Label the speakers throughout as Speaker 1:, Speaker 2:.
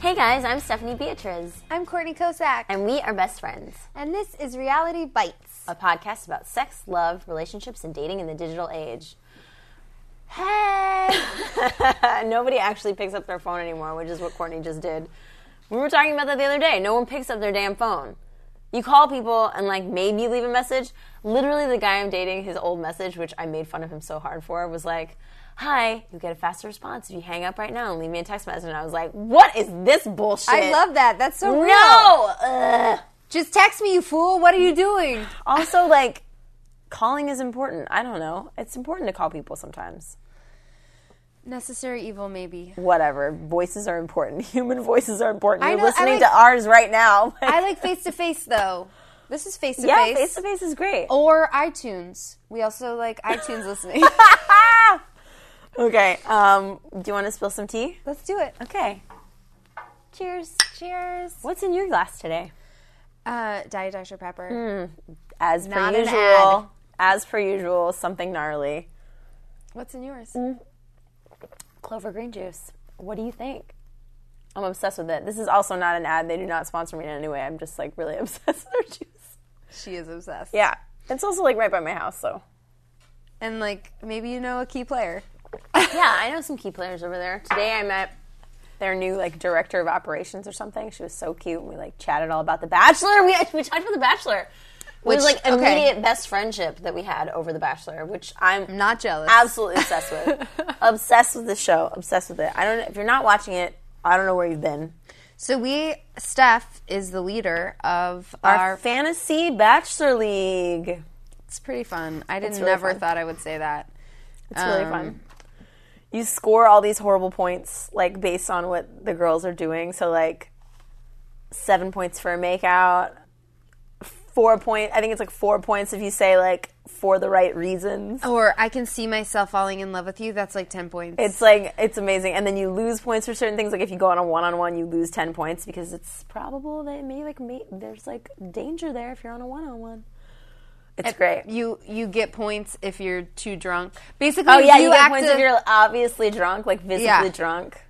Speaker 1: Hey guys, I'm Stephanie Beatriz,
Speaker 2: I'm Courtney Kosak,
Speaker 1: and we are best friends.
Speaker 2: and this is Reality Bites.
Speaker 1: A podcast about sex, love, relationships, and dating in the digital age. Hey! Nobody actually picks up their phone anymore, which is what Courtney just did. We were talking about that the other day. No one picks up their damn phone. You call people and, like, maybe leave a message. Literally, the guy I'm dating, his old message, which I made fun of him so hard for, was like, Hi, you get a faster response if you hang up right now and leave me a text message. And I was like, What is this bullshit?
Speaker 2: I love that. That's so real.
Speaker 1: No! Ugh.
Speaker 2: Just text me, you fool. What are you doing?
Speaker 1: Also, like, calling is important. I don't know. It's important to call people sometimes.
Speaker 2: Necessary evil, maybe.
Speaker 1: Whatever. Voices are important. Human voices are important.
Speaker 2: I
Speaker 1: You're
Speaker 2: know- I
Speaker 1: listening
Speaker 2: like-
Speaker 1: to ours right now.
Speaker 2: I like face to face though. This is face to
Speaker 1: yeah,
Speaker 2: face.
Speaker 1: face Oh. to face is great.
Speaker 2: Or iTunes. We also like iTunes listening.
Speaker 1: Ah! Okay. Um, do you want to spill some tea?
Speaker 2: Let's do it.
Speaker 1: Okay. Cheers.
Speaker 2: Cheers.
Speaker 1: What's in your glass today?
Speaker 2: Uh, Diet Dr Pepper.
Speaker 1: Mm. As per
Speaker 2: Not an
Speaker 1: usual.
Speaker 2: ad.
Speaker 1: As per usual, something gnarly.
Speaker 2: What's in yours?
Speaker 1: Mm. Clover green juice. What do you think? I'm obsessed with it. This is also not an ad. They do not sponsor me in any way. I'm just like really obsessed with their juice.
Speaker 2: She is obsessed.
Speaker 1: Yeah. It's also like right by my house, so.
Speaker 2: And like maybe you know a key player.
Speaker 1: Yeah, I know some key players over there. Today I met their new like director of operations or something. She was so cute. and We like chatted all about The Bachelor. We we talked about The Bachelor. Which, it was
Speaker 2: Which-
Speaker 1: like
Speaker 2: okay.
Speaker 1: immediate best friendship that we had over The Bachelor, which I'm
Speaker 2: Not jealous.
Speaker 1: absolutely obsessed with. obsessed with the show. Obsessed with it. I don't if you're not watching it, I don't know where you've been.
Speaker 2: So we Steph is the leader of
Speaker 1: Our,
Speaker 2: our
Speaker 1: fantasy Bachelor League.
Speaker 2: It's pretty fun. I didn't
Speaker 1: really
Speaker 2: never
Speaker 1: fun.
Speaker 2: thought I would say that.
Speaker 1: It's really
Speaker 2: Um,
Speaker 1: fun. You score all these horrible points, like based on what the girls are doing. So, like, seven points for a makeout, four point. I think it's like four points if you say like for the right reasons.
Speaker 2: Or I can see myself falling in love with you. That's like ten points.
Speaker 1: It's like it's amazing, and then you lose points for certain things. Like if you go on a one-on-one, you lose ten points because it's probable that it may like may, there's like danger there if you're on a one-on-one. It's great.
Speaker 2: you you get points if you're too drunk. Basically,
Speaker 1: Oh yeah, you, get
Speaker 2: act
Speaker 1: points
Speaker 2: a-
Speaker 1: if you're obviously drunk, like visibly
Speaker 2: Yeah.
Speaker 1: drunk.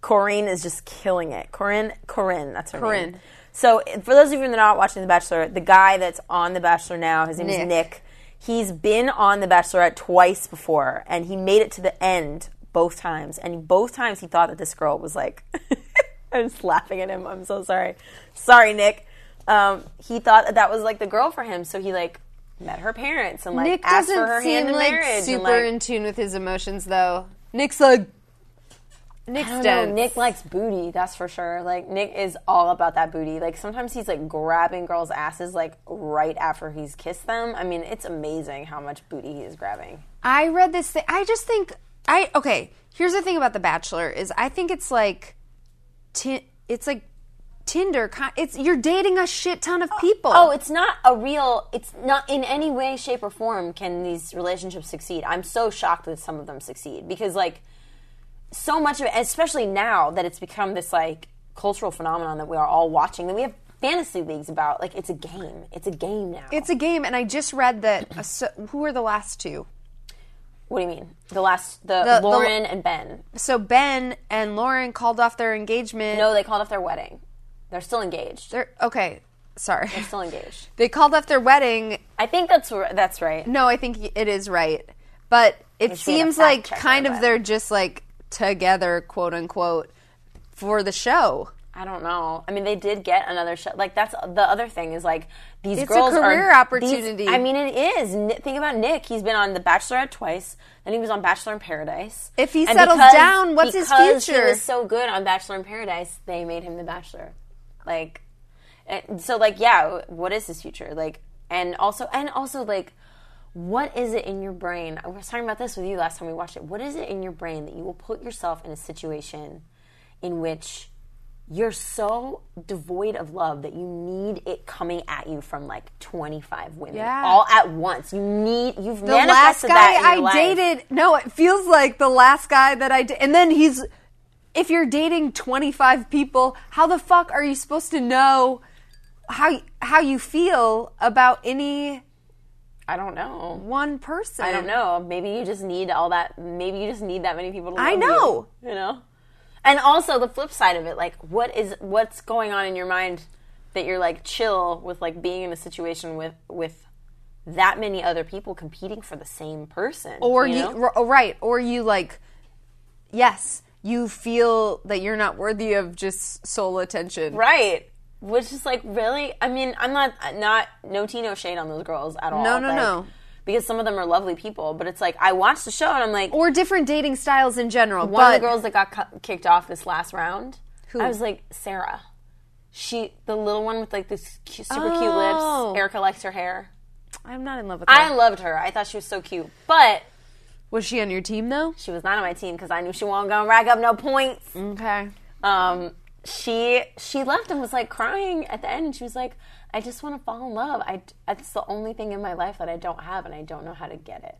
Speaker 1: Corinne is just killing it. Corinne, Corinne, that's her name.
Speaker 2: Corinne.
Speaker 1: So for those of you that are not watching The Bachelor, the guy that's on The Bachelor now, his name is
Speaker 2: Nick.
Speaker 1: Nick. He's been on The Bachelorette twice before, and he made it to the end both times. And both times he thought that this girl was like, I'm just laughing at him. I'm so sorry, sorry, Nick. Um, he thought that that was like the girl for him, so he like met her parents and like
Speaker 2: Nick
Speaker 1: asked for her
Speaker 2: doesn't seem
Speaker 1: hand in
Speaker 2: like
Speaker 1: marriage. and,
Speaker 2: super
Speaker 1: like-
Speaker 2: in tune with his emotions though. Nick's like Nick's
Speaker 1: I don't
Speaker 2: dense.
Speaker 1: know. Nick likes booty, that's for sure. Like Nick is all about that booty. Like sometimes he's like grabbing girls' asses like right after he's kissed them. I mean, it's amazing how much booty he is grabbing.
Speaker 2: I read this thing. I just think I okay. Here's the thing about The Bachelor is I think it's like, ti- it's like Tinder. ki- It's you're dating a shit ton of people.
Speaker 1: Oh, it's not a real. It's not in any way, shape, or form can these relationships succeed. I'm so shocked that some of them succeed because, like, so much of it, especially now that it's become this like cultural phenomenon that we are all watching, that we have fantasy leagues about. Like, it's a game. It's a game now.
Speaker 2: it's a game, and I just read that. A, so, who are the last two?
Speaker 1: what do you mean? The last, the,
Speaker 2: The- the-
Speaker 1: Lauren and Ben.
Speaker 2: So Ben and Lauren called off their engagement.
Speaker 1: No, they called off their wedding. They're still engaged. They're
Speaker 2: They're, okay, sorry.
Speaker 1: still engaged.
Speaker 2: They called off their wedding.
Speaker 1: I think that's r- that's right.
Speaker 2: No, I think it is right, but it
Speaker 1: we had a
Speaker 2: seems
Speaker 1: fact
Speaker 2: like
Speaker 1: checker,
Speaker 2: kind of
Speaker 1: but-
Speaker 2: they're just like together, quote unquote, for the show.
Speaker 1: I don't know. I mean, they did get another show. Like that's the other thing is like these
Speaker 2: It's a
Speaker 1: girls
Speaker 2: career
Speaker 1: are,
Speaker 2: opportunity.
Speaker 1: these- I mean, it is. Ni- Think about Nick. He's been on The Bachelorette twice. Then he was on Bachelor in Paradise.
Speaker 2: If he
Speaker 1: And
Speaker 2: settles
Speaker 1: because-
Speaker 2: down, what's his
Speaker 1: because
Speaker 2: future?
Speaker 1: He was so good on Bachelor in Paradise. They made him the Bachelor. Like, and so like yeah. What is his future? Like, and also and also like. What is it in your brain? I was talking about this with you last time we watched it. What is it in your brain that you will put yourself in a situation in which you're so devoid of love that you need it coming at you from like 25 women
Speaker 2: Yeah.
Speaker 1: all at once. You need you've
Speaker 2: the last
Speaker 1: manifested
Speaker 2: guy
Speaker 1: that in your
Speaker 2: I
Speaker 1: life.
Speaker 2: dated. No, it feels like the last guy that I did. And then he's, if you're dating 25 people, how the fuck are you supposed to know how how you feel about any
Speaker 1: I don't know.
Speaker 2: one person?
Speaker 1: I don't know. Maybe you just need all that. Maybe you just need that many people. to love
Speaker 2: I
Speaker 1: you,
Speaker 2: know.
Speaker 1: You, know. And also the flip side of it, like what is what's going on in your mind that you're like chill with like being in a situation with with that many other people competing for the same person.
Speaker 2: or
Speaker 1: you
Speaker 2: you,
Speaker 1: know?
Speaker 2: r- right or you like yes you feel that you're not worthy of just sole attention
Speaker 1: Right. Which is like really I mean, I'm not not no Tino shade on those girls at all.
Speaker 2: No, no,
Speaker 1: like,
Speaker 2: no.
Speaker 1: Because some of them are lovely people, but it's like I watched the show and I'm like
Speaker 2: or different dating styles in general
Speaker 1: one
Speaker 2: but
Speaker 1: of the girls that got cu- kicked off this last round.
Speaker 2: Who?
Speaker 1: I was like Sarah. She the little one with like this cu- super cute
Speaker 2: Oh.
Speaker 1: lips. Erica likes her hair.
Speaker 2: i'm not in love with her
Speaker 1: I loved her. I thought she was so cute, but
Speaker 2: was she on your team though
Speaker 1: she was not on my team because I knew she wasn't gonna rack up no points.
Speaker 2: okay
Speaker 1: Um, she she left and was like crying at the end, and she was like, "I just want to fall in love. I that's the only thing in my life that I don't have, and I don't know how to get it."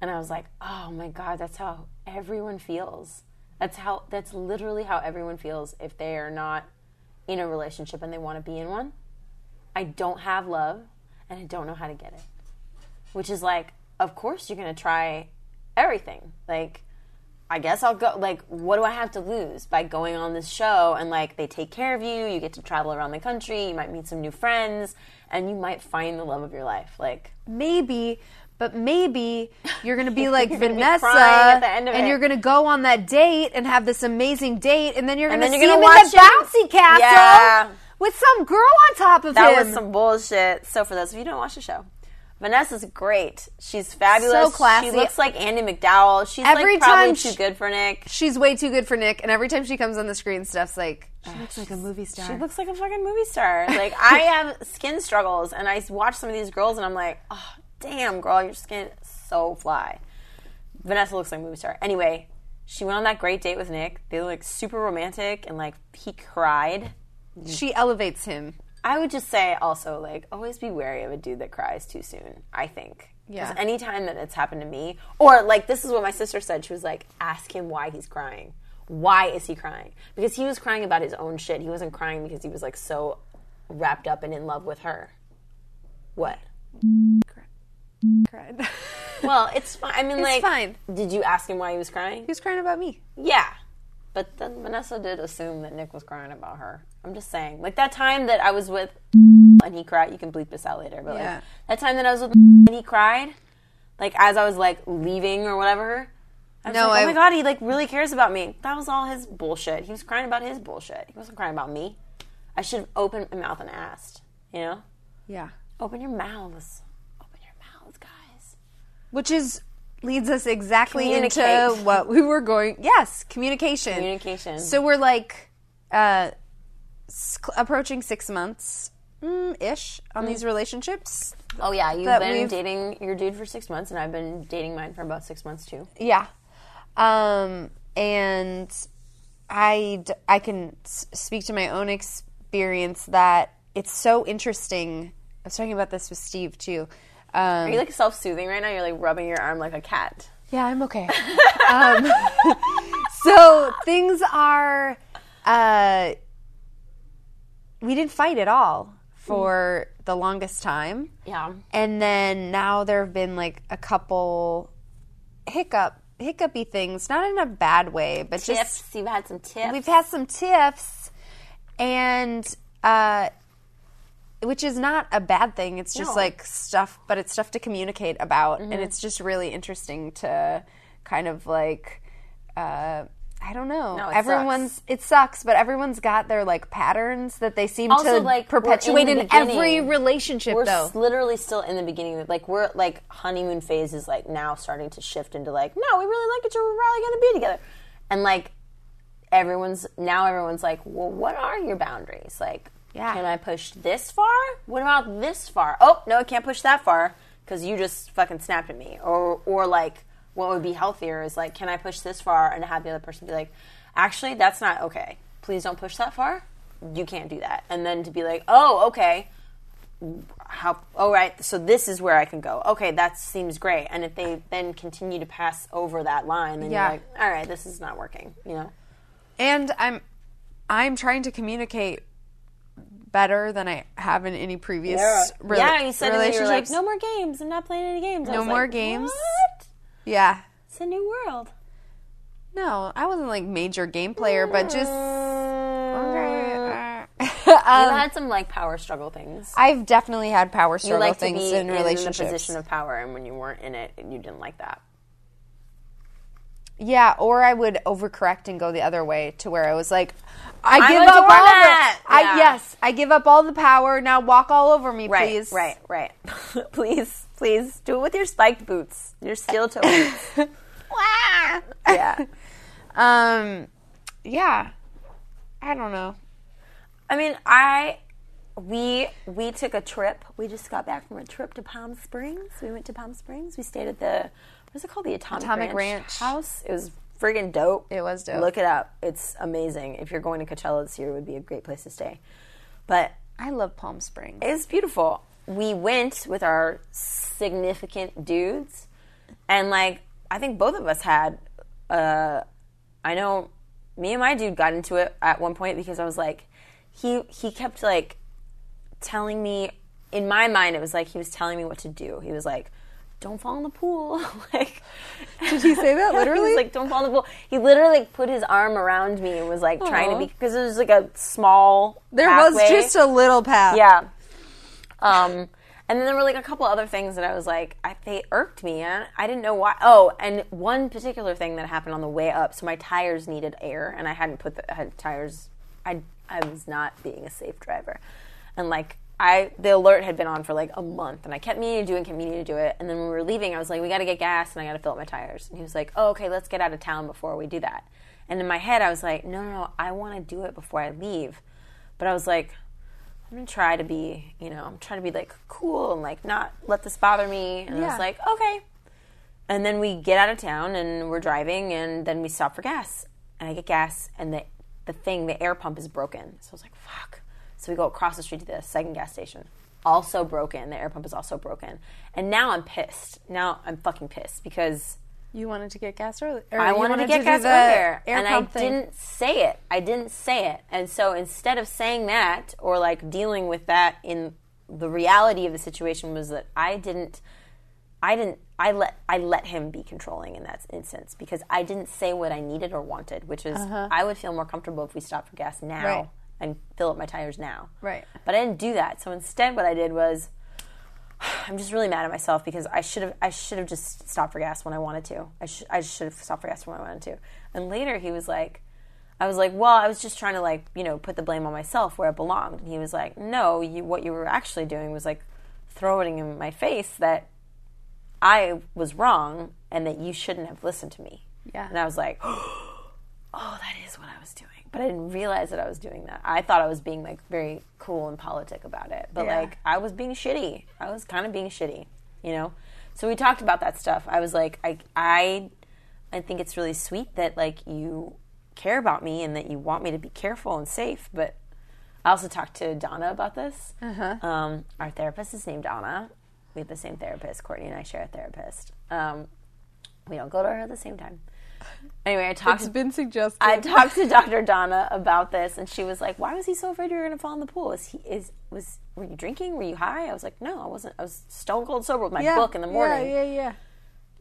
Speaker 1: And I was like, "Oh my god, that's how everyone feels. That's how that's literally how everyone feels if they are not in a relationship and they want to be in one. I don't have love, and I don't know how to get it." Which is like, of course you're gonna try everything, like. I guess I'll go. Like, what do I have to lose by going on this show? And like, they take care of you. You get to travel around the country. You might meet some new friends, and you might find the love of your life. Like,
Speaker 2: maybe but maybe you're gonna be like
Speaker 1: You're gonna be
Speaker 2: Vanessa,
Speaker 1: crying at the end of
Speaker 2: and
Speaker 1: it.
Speaker 2: you're gonna go on that date and have this amazing date, and then you're
Speaker 1: And
Speaker 2: gonna
Speaker 1: then
Speaker 2: see
Speaker 1: you're
Speaker 2: him
Speaker 1: gonna
Speaker 2: in the
Speaker 1: watch
Speaker 2: bouncy castle
Speaker 1: Yeah.
Speaker 2: with some girl on top of
Speaker 1: that
Speaker 2: him.
Speaker 1: was some bullshit. So, for those of you who don't watch the show, Vanessa's great. She's fabulous.
Speaker 2: So classy.
Speaker 1: She looks like Andy McDowell. She's
Speaker 2: Every
Speaker 1: like probably
Speaker 2: time
Speaker 1: too
Speaker 2: she-
Speaker 1: good for Nick.
Speaker 2: She's way too good for Nick, and every time she comes on the screen, stuff's like "Ah, she looks like a movie star.
Speaker 1: She looks like a fucking movie star. Like, I have skin struggles, and I watch some of these girls, and I'm like, oh, damn, girl, your skin is so fly. Vanessa looks like a movie star. Anyway, she went on that great date with Nick. They were like super romantic, and like he cried.
Speaker 2: she elevates him.
Speaker 1: I would just say also like always be wary of a dude that cries too soon. I think.
Speaker 2: Yeah.
Speaker 1: Because anytime that it's happened to me, or like this is what my sister said. She was like, ask him why he's crying. Why is he crying? Because he was crying about his own shit. He wasn't crying because he was like so wrapped up and in love with her. What?
Speaker 2: Cried. he
Speaker 1: Well, it's fine. I mean, like,
Speaker 2: fine.
Speaker 1: Did you ask him why he was crying?
Speaker 2: was crying about me.
Speaker 1: Yeah. But then Vanessa did assume that Nick was crying about her. I'm just saying. Like that time that I was with and he cried, you can bleep this out later, but like
Speaker 2: Yeah.
Speaker 1: that time that I was with and he cried, like as I was like leaving or whatever. I was
Speaker 2: No,
Speaker 1: like,
Speaker 2: I-
Speaker 1: oh my god, he like really cares about me. That was all his bullshit. He was crying about his bullshit. He wasn't crying about me. I should have opened my mouth and asked. You know?
Speaker 2: Yeah,
Speaker 1: Open your mouths. Open your mouths, guys.
Speaker 2: which is leads us exactly into
Speaker 1: Communicate.
Speaker 2: what we were going. Yes, communication.
Speaker 1: Communication.
Speaker 2: So we're like uh, s- cl- approaching six months mm, ish on these relationships.
Speaker 1: Oh yeah, you've
Speaker 2: That
Speaker 1: been
Speaker 2: we've-
Speaker 1: dating your dude for six months, and I've been dating mine for about six months too.
Speaker 2: Yeah. Um, and I, d- I can s- speak to my own experience that it's so interesting. I was talking about this with Steve too.
Speaker 1: Are
Speaker 2: Um,
Speaker 1: you like self soothing right now? You're like rubbing your arm like a cat.
Speaker 2: yeah, I'm okay. um, so things are, uh, we didn't fight at all for the longest time.
Speaker 1: Yeah.
Speaker 2: and then now there have been like a couple hiccup hiccupy things not in a bad way but just
Speaker 1: Tips. You've had some tips.
Speaker 2: we've had some tiffs and uh which is not a bad thing it's just
Speaker 1: No. Mm-hmm.
Speaker 2: like stuff but it's stuff to communicate about and it's just really interesting to kind of like uh I don't know.
Speaker 1: No, it
Speaker 2: everyone's it sucks, but everyone's got their like patterns that they seem
Speaker 1: Also,
Speaker 2: to
Speaker 1: like, we're in the
Speaker 2: perpetuate in, every
Speaker 1: beginning.
Speaker 2: relationship
Speaker 1: we're
Speaker 2: though.
Speaker 1: s- literally still in the beginning. Like we're like honeymoon phase is like now starting to shift into like no, we really like each other. We're probably gonna be together, and like everyone's now everyone's like, well, what are your boundaries? Like,
Speaker 2: Yeah.
Speaker 1: can I push this far? What about this far? Oh no, I can't push that far because you just fucking snapped at me. Or or like what would be healthier is like, can I push this far and have the other person be like, actually, that's not okay. Please don't push that far. You can't do that. And then to be like, oh, okay how all right so this is where i can go okay that seems great and if they then continue to pass over that line then
Speaker 2: Yeah.
Speaker 1: you're like all right this is not working you know
Speaker 2: and i'm i'm trying to communicate better than i have in any previous rela-
Speaker 1: yeah you said to me, you were like
Speaker 2: relationships
Speaker 1: no more games i'm not playing any games I
Speaker 2: No
Speaker 1: was
Speaker 2: more
Speaker 1: like,
Speaker 2: games.
Speaker 1: what?
Speaker 2: yeah
Speaker 1: it's a new world
Speaker 2: No, I wasn't like major game player, but just. Okay.
Speaker 1: You
Speaker 2: um,
Speaker 1: had some like power struggle things.
Speaker 2: I've definitely had power
Speaker 1: You
Speaker 2: struggle
Speaker 1: like to
Speaker 2: things
Speaker 1: be
Speaker 2: in
Speaker 1: in, the
Speaker 2: relationships.
Speaker 1: position of power, and when you weren't in it, you didn't like that.
Speaker 2: Yeah, or I would overcorrect and go the other way to where I was like, I give
Speaker 1: adore
Speaker 2: up all
Speaker 1: that!
Speaker 2: the, I
Speaker 1: Yeah.
Speaker 2: yes, I give up all the power. Now walk all over me,
Speaker 1: Right,
Speaker 2: please.
Speaker 1: right, right. please, please do it with your spiked boots, your steel toe boots.
Speaker 2: Wah!
Speaker 1: Yeah.
Speaker 2: Um, yeah. I don't know.
Speaker 1: I mean, I we we took a trip. We just got back from a trip to Palm Springs. We went to Palm Springs. We stayed at the what is it called? The Atomic,
Speaker 2: Atomic
Speaker 1: Ranch,
Speaker 2: Ranch.
Speaker 1: house. It was friggin' dope.
Speaker 2: It was dope.
Speaker 1: Look it up. It's amazing. If you're going to Coachella this year, it would be a great place to stay. But
Speaker 2: I love Palm Springs.
Speaker 1: it's beautiful. We went with our significant dudes, and like I think both of us had. Uh, I know me and my dude got into it at one point because I was like, he he kept like telling me in my mind it was like he was telling me what to do. He was like, "Don't fall in the pool." like, did
Speaker 2: he say that
Speaker 1: he
Speaker 2: literally?
Speaker 1: was like, "Don't fall in the pool." He literally like, put his arm around me and was like trying to
Speaker 2: Aw.
Speaker 1: be because it was like a small.
Speaker 2: there was
Speaker 1: pathway.
Speaker 2: just a little path.
Speaker 1: Yeah. Um, and then there were like a couple other things that I was like, I, they irked me. And I didn't know why. Oh, and one particular thing that happened on the way up. So my tires needed air, and I hadn't put the I had tires. I I was not being a safe driver, and like. I the alert had been on for like a month, and I kept meaning to do it, and kept meaning to do it. And then when we were leaving, I was like, "We got to get gas, and I got to fill up my tires." And he was like, "Oh, okay, let's get out of town before we do that." And in my head, I was like, "No, no, no, I want to do it before I leave," but I was like, I'm gonna try to be, you know, I'm trying to be like cool and like not let this bother me. And I
Speaker 2: Yeah.
Speaker 1: was like, okay. And then we get out of town and we're driving and then we stop for gas. And I get gas and the the thing, the air pump is broken. So I was like, fuck. So we go across the street to the second gas station. Also broken. The air pump is also broken. And now I'm pissed. Now I'm fucking pissed because
Speaker 2: You wanted to get gas early. or
Speaker 1: I
Speaker 2: you
Speaker 1: wanted, to get
Speaker 2: do
Speaker 1: gas
Speaker 2: the
Speaker 1: earlier,
Speaker 2: air
Speaker 1: and I
Speaker 2: pump thing.
Speaker 1: didn't say it. I didn't say it, and so instead of saying that or like dealing with that in the reality of the situation was that I didn't, I didn't, I let I let him be controlling in that instance because I didn't say what I needed or wanted, which is I would feel more comfortable if we stopped for gas now
Speaker 2: Uh-huh. Right.
Speaker 1: and fill up my tires now.
Speaker 2: Right.
Speaker 1: But I didn't do that. So instead, what I did was. I'm just really mad at myself because I should have I should have just stopped for gas when I wanted to. I should I should have stopped for gas when I wanted to. And later he was like, I was like, well, I was just trying to like you know put the blame on myself where it belonged. And he was like, no, you what you were actually doing was like throwing in my face that I was wrong and that you shouldn't have listened to me.
Speaker 2: Yeah.
Speaker 1: And I was like, oh, that is what I was doing. But I didn't realize that I was doing that. I thought I was being like very cool and politic about it. But
Speaker 2: Yeah.
Speaker 1: like I was being shitty. I was kind of being shitty, you know? So we talked about that stuff. I was like, I I I think it's really sweet that like you care about me and that you want me to be careful and safe, but I also talked to Donna about this.
Speaker 2: Uh-huh.
Speaker 1: Um, our therapist is named Donna. We have the same therapist. Courtney and I share a therapist. Um, we don't go to her at the same time. Anyway, I talked
Speaker 2: It's been suggested.
Speaker 1: I talked to Dr. Donna about this, and she was like, "Why was he so afraid you were going to fall in the pool? Is he is was were you drinking? Were you high?" I was like, "No, I wasn't. I was stone cold sober with my book in the morning."
Speaker 2: Yeah, yeah, yeah.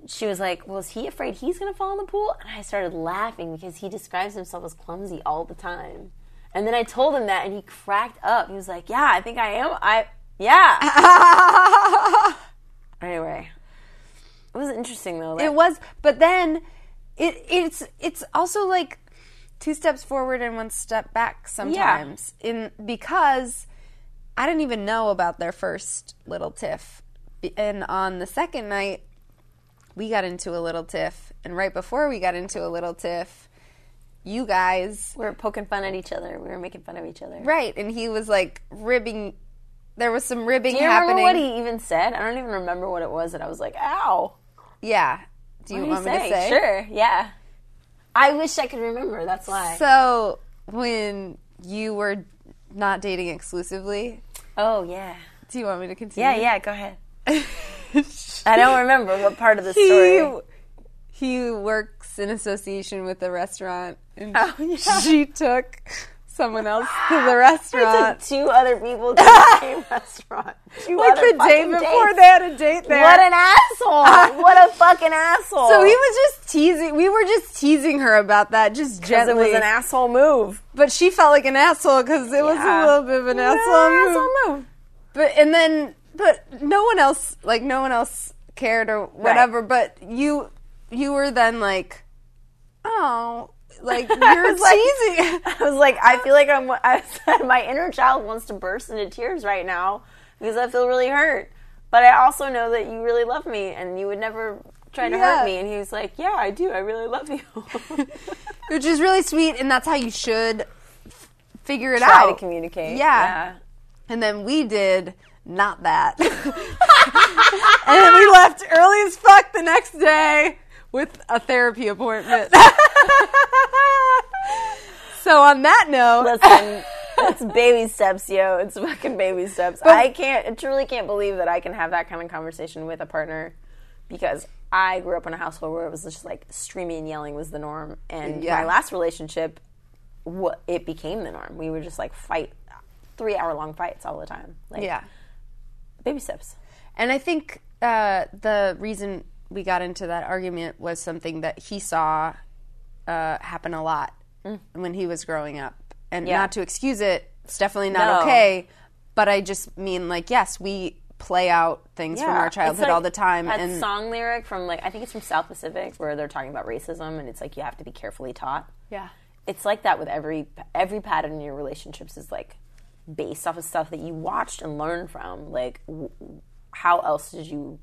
Speaker 1: she was like, "Well, is he afraid he's going to fall in the pool?" And I started laughing because he describes himself as clumsy all the time. And then I told him that, and he cracked up. He was like, "Yeah, I think I am. I yeah." anyway, it was interesting though. Like,
Speaker 2: It was, but then it it's it's also like two steps forward and one step back sometimes. In because I didn't even know about their first little tiff, B- and on the second night we got into a little tiff, and right before we got into a little tiff, you guys
Speaker 1: we were poking fun at each other. We were making fun of each other.
Speaker 2: right, and he was like ribbing. There was some ribbing
Speaker 1: Do you
Speaker 2: happening.
Speaker 1: remember what he even said? I don't even remember what it was that I was like, "Ow."
Speaker 2: yeah. Do you
Speaker 1: What did
Speaker 2: want
Speaker 1: he
Speaker 2: me to say?
Speaker 1: Sure. Yeah. I wish I could remember. That's why.
Speaker 2: So when you were not dating exclusively,
Speaker 1: oh yeah.
Speaker 2: do you want me to continue?
Speaker 1: Yeah. Yeah. Go ahead. I don't remember what part of the story.
Speaker 2: He, he works in association with a restaurant, and
Speaker 1: Oh, yeah.
Speaker 2: she took someone else to the restaurant.
Speaker 1: took two other people to the same restaurant. Two
Speaker 2: Like
Speaker 1: other
Speaker 2: the day
Speaker 1: fucking
Speaker 2: before
Speaker 1: dates.
Speaker 2: they had a date there.
Speaker 1: What an asshole! what a fucking asshole!
Speaker 2: so he was just teasing. We were just teasing her about that, just
Speaker 1: 'Cause
Speaker 2: gently.
Speaker 1: it was an asshole move.
Speaker 2: but she felt like an asshole because it was a
Speaker 1: Yeah.
Speaker 2: little bit of an asshole, move. But and then, but no one else, like no one else cared or whatever. But you, you were then like, oh, like
Speaker 1: I
Speaker 2: you're
Speaker 1: was like-
Speaker 2: teasing.
Speaker 1: I was like, I feel like I'm. I said, my inner child wants to burst into tears right now because I feel really hurt. But I also know that you really love me and you would never try to
Speaker 2: Yeah.
Speaker 1: hurt me. And he was like, Yeah, I do. I really love you.
Speaker 2: which is really sweet, and that's how you should f- figure it
Speaker 1: Try
Speaker 2: out.
Speaker 1: to communicate.
Speaker 2: Yeah. And then we did not that, and we left early as fuck the next day with a therapy appointment. so on that note,
Speaker 1: Listen, it's baby steps, yo. It's fucking baby steps. I can't, I truly can't believe that I can have that kind of conversation with a partner because I grew up in a household where it was just like screaming and yelling was the norm. And
Speaker 2: Yeah.
Speaker 1: my last relationship, what it became the norm. We would just like fight three hour long fights all the time. Like,
Speaker 2: yeah.
Speaker 1: baby steps.
Speaker 2: And I think uh, the reason we got into that argument was something that he saw uh, happen a lot when he was growing up. And
Speaker 1: Mm. Yeah.
Speaker 2: not to excuse it, it's definitely
Speaker 1: No.
Speaker 2: not okay. But I just mean, like, yes, we play out things from
Speaker 1: Yeah.
Speaker 2: our
Speaker 1: It's
Speaker 2: childhood
Speaker 1: like
Speaker 2: all the time.
Speaker 1: That
Speaker 2: And
Speaker 1: song lyric from like I think it's from South Pacific where they're talking about racism and it's like you have to be carefully taught.
Speaker 2: Yeah.
Speaker 1: It's like that with every every pattern in your relationships is like based off of stuff that you watched and learned from. Like w- how else did you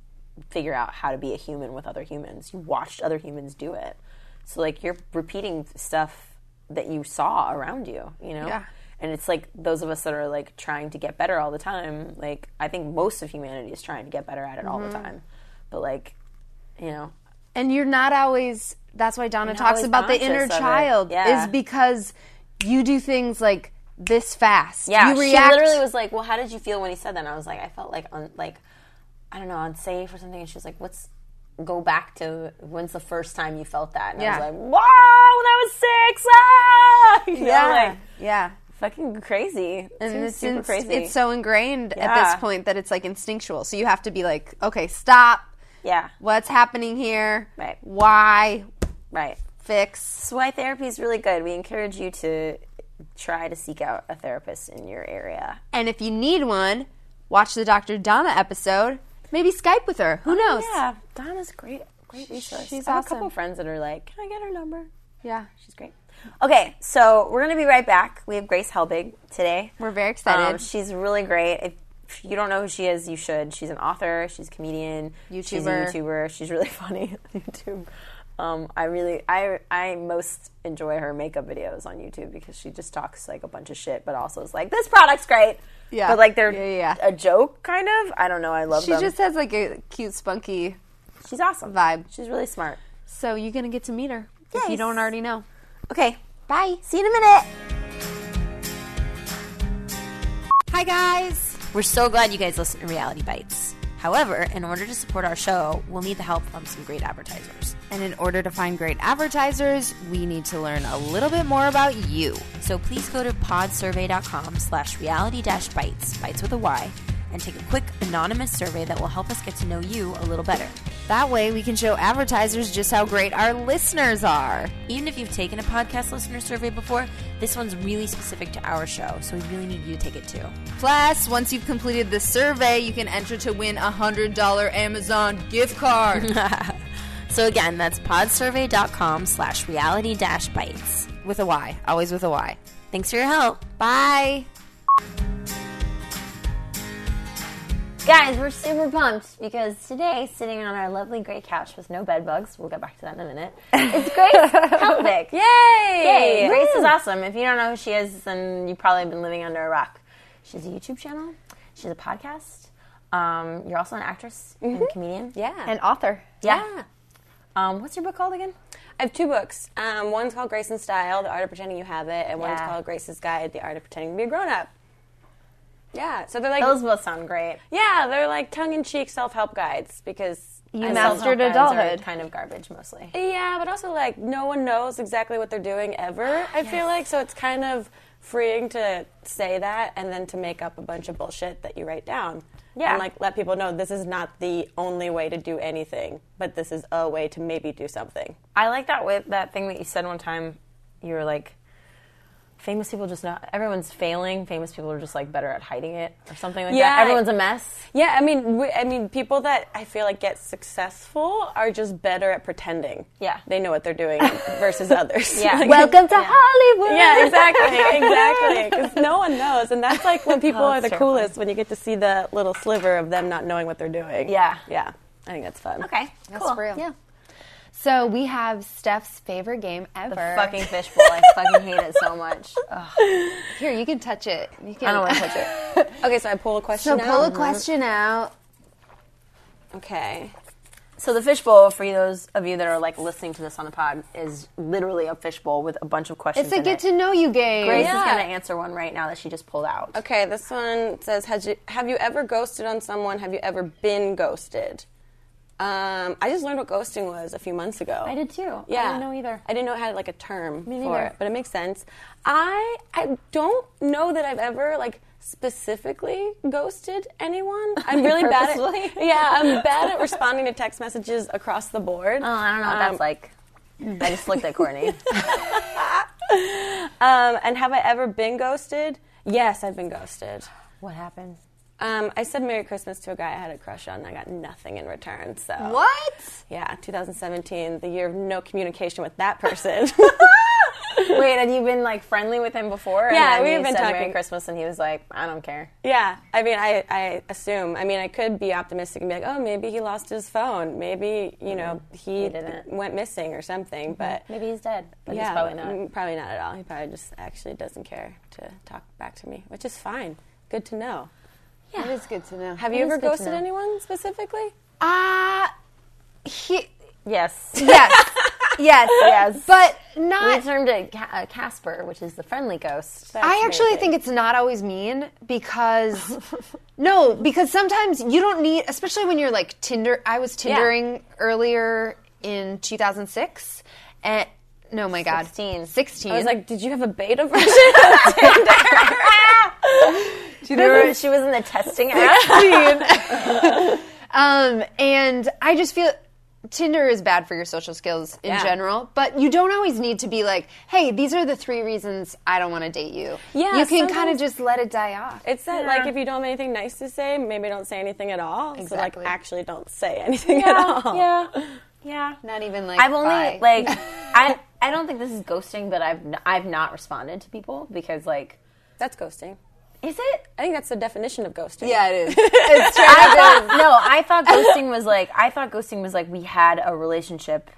Speaker 1: figure out how to be a human with other humans? You watched other humans do it. So like you're repeating stuff that you saw around you, you know?
Speaker 2: Yeah.
Speaker 1: And it's like those of us that are like trying to get better all the time. Like I think most of humanity is trying to get better at it all the time. But like, you know,
Speaker 2: and you're not always that's why donna talks
Speaker 1: always
Speaker 2: about the
Speaker 1: conscious
Speaker 2: inner
Speaker 1: of it.
Speaker 2: child
Speaker 1: Yeah.
Speaker 2: is because you do things like this fast
Speaker 1: yeah,
Speaker 2: you
Speaker 1: she literally was like, "Well, how did you feel when he said that?" And I was like, "I felt like un- like I don't know, unsafe or something." And she was like, "What's go back to when's the first time you felt that?" And I
Speaker 2: Yeah.
Speaker 1: was like, "Whoa, when I was six, ah!" You know,
Speaker 2: yeah
Speaker 1: like,
Speaker 2: yeah
Speaker 1: fucking crazy.
Speaker 2: and it's,
Speaker 1: super
Speaker 2: inst-
Speaker 1: crazy.
Speaker 2: it's so ingrained at
Speaker 1: Yeah.
Speaker 2: this point that it's like instinctual. So you have to be like, okay, stop.
Speaker 1: yeah,
Speaker 2: What's happening here?
Speaker 1: Right.
Speaker 2: Why?
Speaker 1: right.
Speaker 2: Fix.
Speaker 1: That's why therapy is really good. We encourage you to try to seek out a therapist in your area.
Speaker 2: And if you need one, watch the Dr. Donna episode. Maybe Skype with her. Who knows?
Speaker 1: Oh, Yeah, Donna's great, great resource.
Speaker 2: she's
Speaker 1: I have
Speaker 2: awesome.
Speaker 1: a couple friends that are like, "Can I get her number?"
Speaker 2: Yeah.
Speaker 1: She's great. Okay, so we're going to be right back. We have Grace Helbig today.
Speaker 2: We're very excited.
Speaker 1: Um, she's really great. If, if you don't know who she is, you should. She's an author, she's a comedian, she's a
Speaker 2: YouTuber.
Speaker 1: YouTuber. She's really funny on YouTube. Um, I really, I, I most enjoy her makeup videos on YouTube because she just talks like a bunch of shit, but also is like, this product's great.
Speaker 2: Yeah.
Speaker 1: But like they're
Speaker 2: Yeah, yeah, yeah.
Speaker 1: a joke, kind of. I don't know. I love
Speaker 2: she
Speaker 1: them.
Speaker 2: just has like a cute, spunky
Speaker 1: she's awesome.
Speaker 2: vibe.
Speaker 1: She's really smart.
Speaker 2: So you're going to get to meet her if you
Speaker 1: Yes.
Speaker 2: don't already know.
Speaker 1: Okay,
Speaker 2: Bye.
Speaker 1: see you in a minute.
Speaker 2: Hi, guys.
Speaker 1: We're so glad you guys listen to Reality Bites. However, in order to support our show, we'll need the help from some great advertisers.
Speaker 3: And in order to find great advertisers, we need to learn a little bit more about you.
Speaker 1: So please go to podsurvey.com slash reality dash bites, bites with a Y, and take a quick anonymous survey that will help us get to know you a little better.
Speaker 3: That way, we can show advertisers just how great our listeners are.
Speaker 1: Even if you've taken a podcast listener survey before, this one's really specific to our show, so we really need you to take it too.
Speaker 3: Plus, once you've completed the survey, you can enter to win a $100 Amazon gift card.
Speaker 1: So again, that's podsurvey.com slash reality dash bites.
Speaker 3: with a Y, always with a Y.
Speaker 1: Thanks for your help.
Speaker 3: Bye.
Speaker 1: Guys, we're super pumped because today, sitting on our lovely gray couch with no bed bugs, we'll get back to that in a minute, it's Grace Helbig.
Speaker 2: Yay.
Speaker 1: Yay! Grace is awesome. If you don't know who she is, then you've probably been living under a rock. She has a YouTube channel, she has a podcast. Um, you're also an actress and comedian.
Speaker 4: Yeah.
Speaker 2: An author.
Speaker 1: Mm-hmm. Yeah. Um, what's your book called again?
Speaker 4: I have two books. Um, one's called Grace and Style, The Art of Pretending You Have It, and one's
Speaker 1: Yeah.
Speaker 4: called Grace's Guide, The Art of Pretending to Be a Grown Up. Yeah, so they're like,
Speaker 1: Those both sound great.
Speaker 4: yeah, they're like tongue in cheek self help guides because
Speaker 5: you
Speaker 4: I still
Speaker 5: mastered
Speaker 4: feel friends are
Speaker 5: adulthood.
Speaker 1: kind of garbage mostly.
Speaker 4: Yeah, but also like no one knows exactly what they're doing ever. I feel like so it's kind of freeing to say that and then to make up a bunch of bullshit that you write down.
Speaker 1: Yeah.
Speaker 4: And like let people know this is not the only way to do anything, but this is a way to maybe do something.
Speaker 1: I like that with that thing that you said one time. You were like, famous people just not everyone's failing. Famous people are just like better at hiding it or something like
Speaker 4: Yeah,
Speaker 1: that. Everyone's a mess.
Speaker 4: Yeah, I mean, we, I mean, people that I feel like get successful are just better at pretending.
Speaker 1: Yeah.
Speaker 4: they know what they're doing versus others.
Speaker 1: Yeah.
Speaker 4: Like-
Speaker 5: Welcome to Hollywood.
Speaker 4: Yeah, exactly, exactly. Because no one knows, and that's like when people are the
Speaker 1: that's
Speaker 4: coolest when you get to see the little sliver of them not knowing what they're doing.
Speaker 1: Yeah.
Speaker 4: yeah. I think that's fun.
Speaker 1: Okay,
Speaker 2: That's
Speaker 1: cool.
Speaker 2: real.
Speaker 5: Yeah.
Speaker 2: So we have Steph's favorite game ever.
Speaker 1: Fucking fishbowl. I fucking hate it so much. Ugh,
Speaker 2: Here, you can touch it. You can.
Speaker 1: I don't want to touch it.
Speaker 4: Okay, so I pull a question.
Speaker 2: So pull a
Speaker 4: out?
Speaker 2: question out.
Speaker 4: Okay.
Speaker 1: So the fishbowl, for you those of you that are like listening to this on the pod, is literally a fishbowl with a bunch of questions.
Speaker 2: It's a
Speaker 1: in
Speaker 2: get
Speaker 1: it.
Speaker 2: to know you game.
Speaker 1: Grace
Speaker 4: Yeah.
Speaker 1: is going to answer one right now that she just pulled out.
Speaker 4: Okay, this one says, "Had you have you ever ghosted on someone? Have you ever been ghosted?" Um, I just learned what ghosting was a few months ago.
Speaker 1: I did too.
Speaker 4: Yeah,
Speaker 1: I didn't know either.
Speaker 4: I didn't know it had like a term for
Speaker 1: neither.
Speaker 4: it, but it makes sense. I I don't know that I've ever like specifically ghosted anyone. I'm really bad at
Speaker 1: Purposefully?
Speaker 4: yeah. I'm bad at responding to text messages across the board.
Speaker 1: Oh, I don't know what
Speaker 4: Um,
Speaker 1: that's like. I just looked at Courtney.
Speaker 4: Um, and have I ever been ghosted? Yes, I've been ghosted.
Speaker 1: what happened?
Speaker 4: Um, I said Merry Christmas to a guy I had a crush on. and I got nothing in return. So
Speaker 2: What?
Speaker 4: Yeah, 2017, the year of no communication with that person.
Speaker 1: Wait, had you been like friendly with him before? And
Speaker 4: Yeah,
Speaker 1: then
Speaker 4: we
Speaker 1: you
Speaker 4: had been
Speaker 1: said
Speaker 4: talking-
Speaker 1: Merry Christmas, and he was like, "I don't care."
Speaker 4: yeah, I mean, I, I assume. I mean, I could be optimistic and be like, oh, maybe he lost his phone. Maybe you know he,
Speaker 1: didn't.
Speaker 4: went missing or something. But
Speaker 1: Maybe he's dead, but
Speaker 4: yeah,
Speaker 1: he's probably not.
Speaker 4: mm, Probably not at all. He probably just actually doesn't care to talk back to me, which is fine. Good to know.
Speaker 2: Yeah. It is good to know.
Speaker 4: Have
Speaker 1: It
Speaker 4: you
Speaker 1: is
Speaker 4: ever
Speaker 1: good to
Speaker 4: ghosted
Speaker 1: know.
Speaker 4: anyone specifically?
Speaker 2: Ah, he.
Speaker 1: Yes,
Speaker 2: Yes. yes. Yes. But
Speaker 1: we
Speaker 2: not.
Speaker 1: termed it Ca- uh, Casper, which is the friendly ghost.
Speaker 2: I actually think it's not always mean because no, because sometimes you don't need, especially when you're like Tinder. I was Tindering earlier in 2006, and eh, no, my God,
Speaker 1: 16.
Speaker 2: 16.
Speaker 4: I was like, did you have a beta version of Tinder?
Speaker 1: Remember, she was in the testing app.
Speaker 2: Um, and I just feel Tinder is bad for your social skills in
Speaker 4: Yeah.
Speaker 2: general, but you don't always need to be like, hey, these are the three reasons I don't want to date you.
Speaker 4: Yeah,
Speaker 2: you can kind of
Speaker 4: sometimes-
Speaker 2: just let it die off.
Speaker 4: It's that like if you don't have anything nice to say, maybe don't say anything at all.
Speaker 2: Exactly.
Speaker 4: So like actually don't say anything at all.
Speaker 1: yeah, yeah.
Speaker 2: Not even like
Speaker 1: I've only
Speaker 2: bye.
Speaker 1: like I I don't think this is ghosting, but I've n- I've not responded to people because like
Speaker 4: That's ghosting.
Speaker 1: is it
Speaker 4: I think that's the definition of ghosting.
Speaker 2: yeah, it is. It's true.
Speaker 1: I thought, no, I thought ghosting was like I thought ghosting was like we had a relationship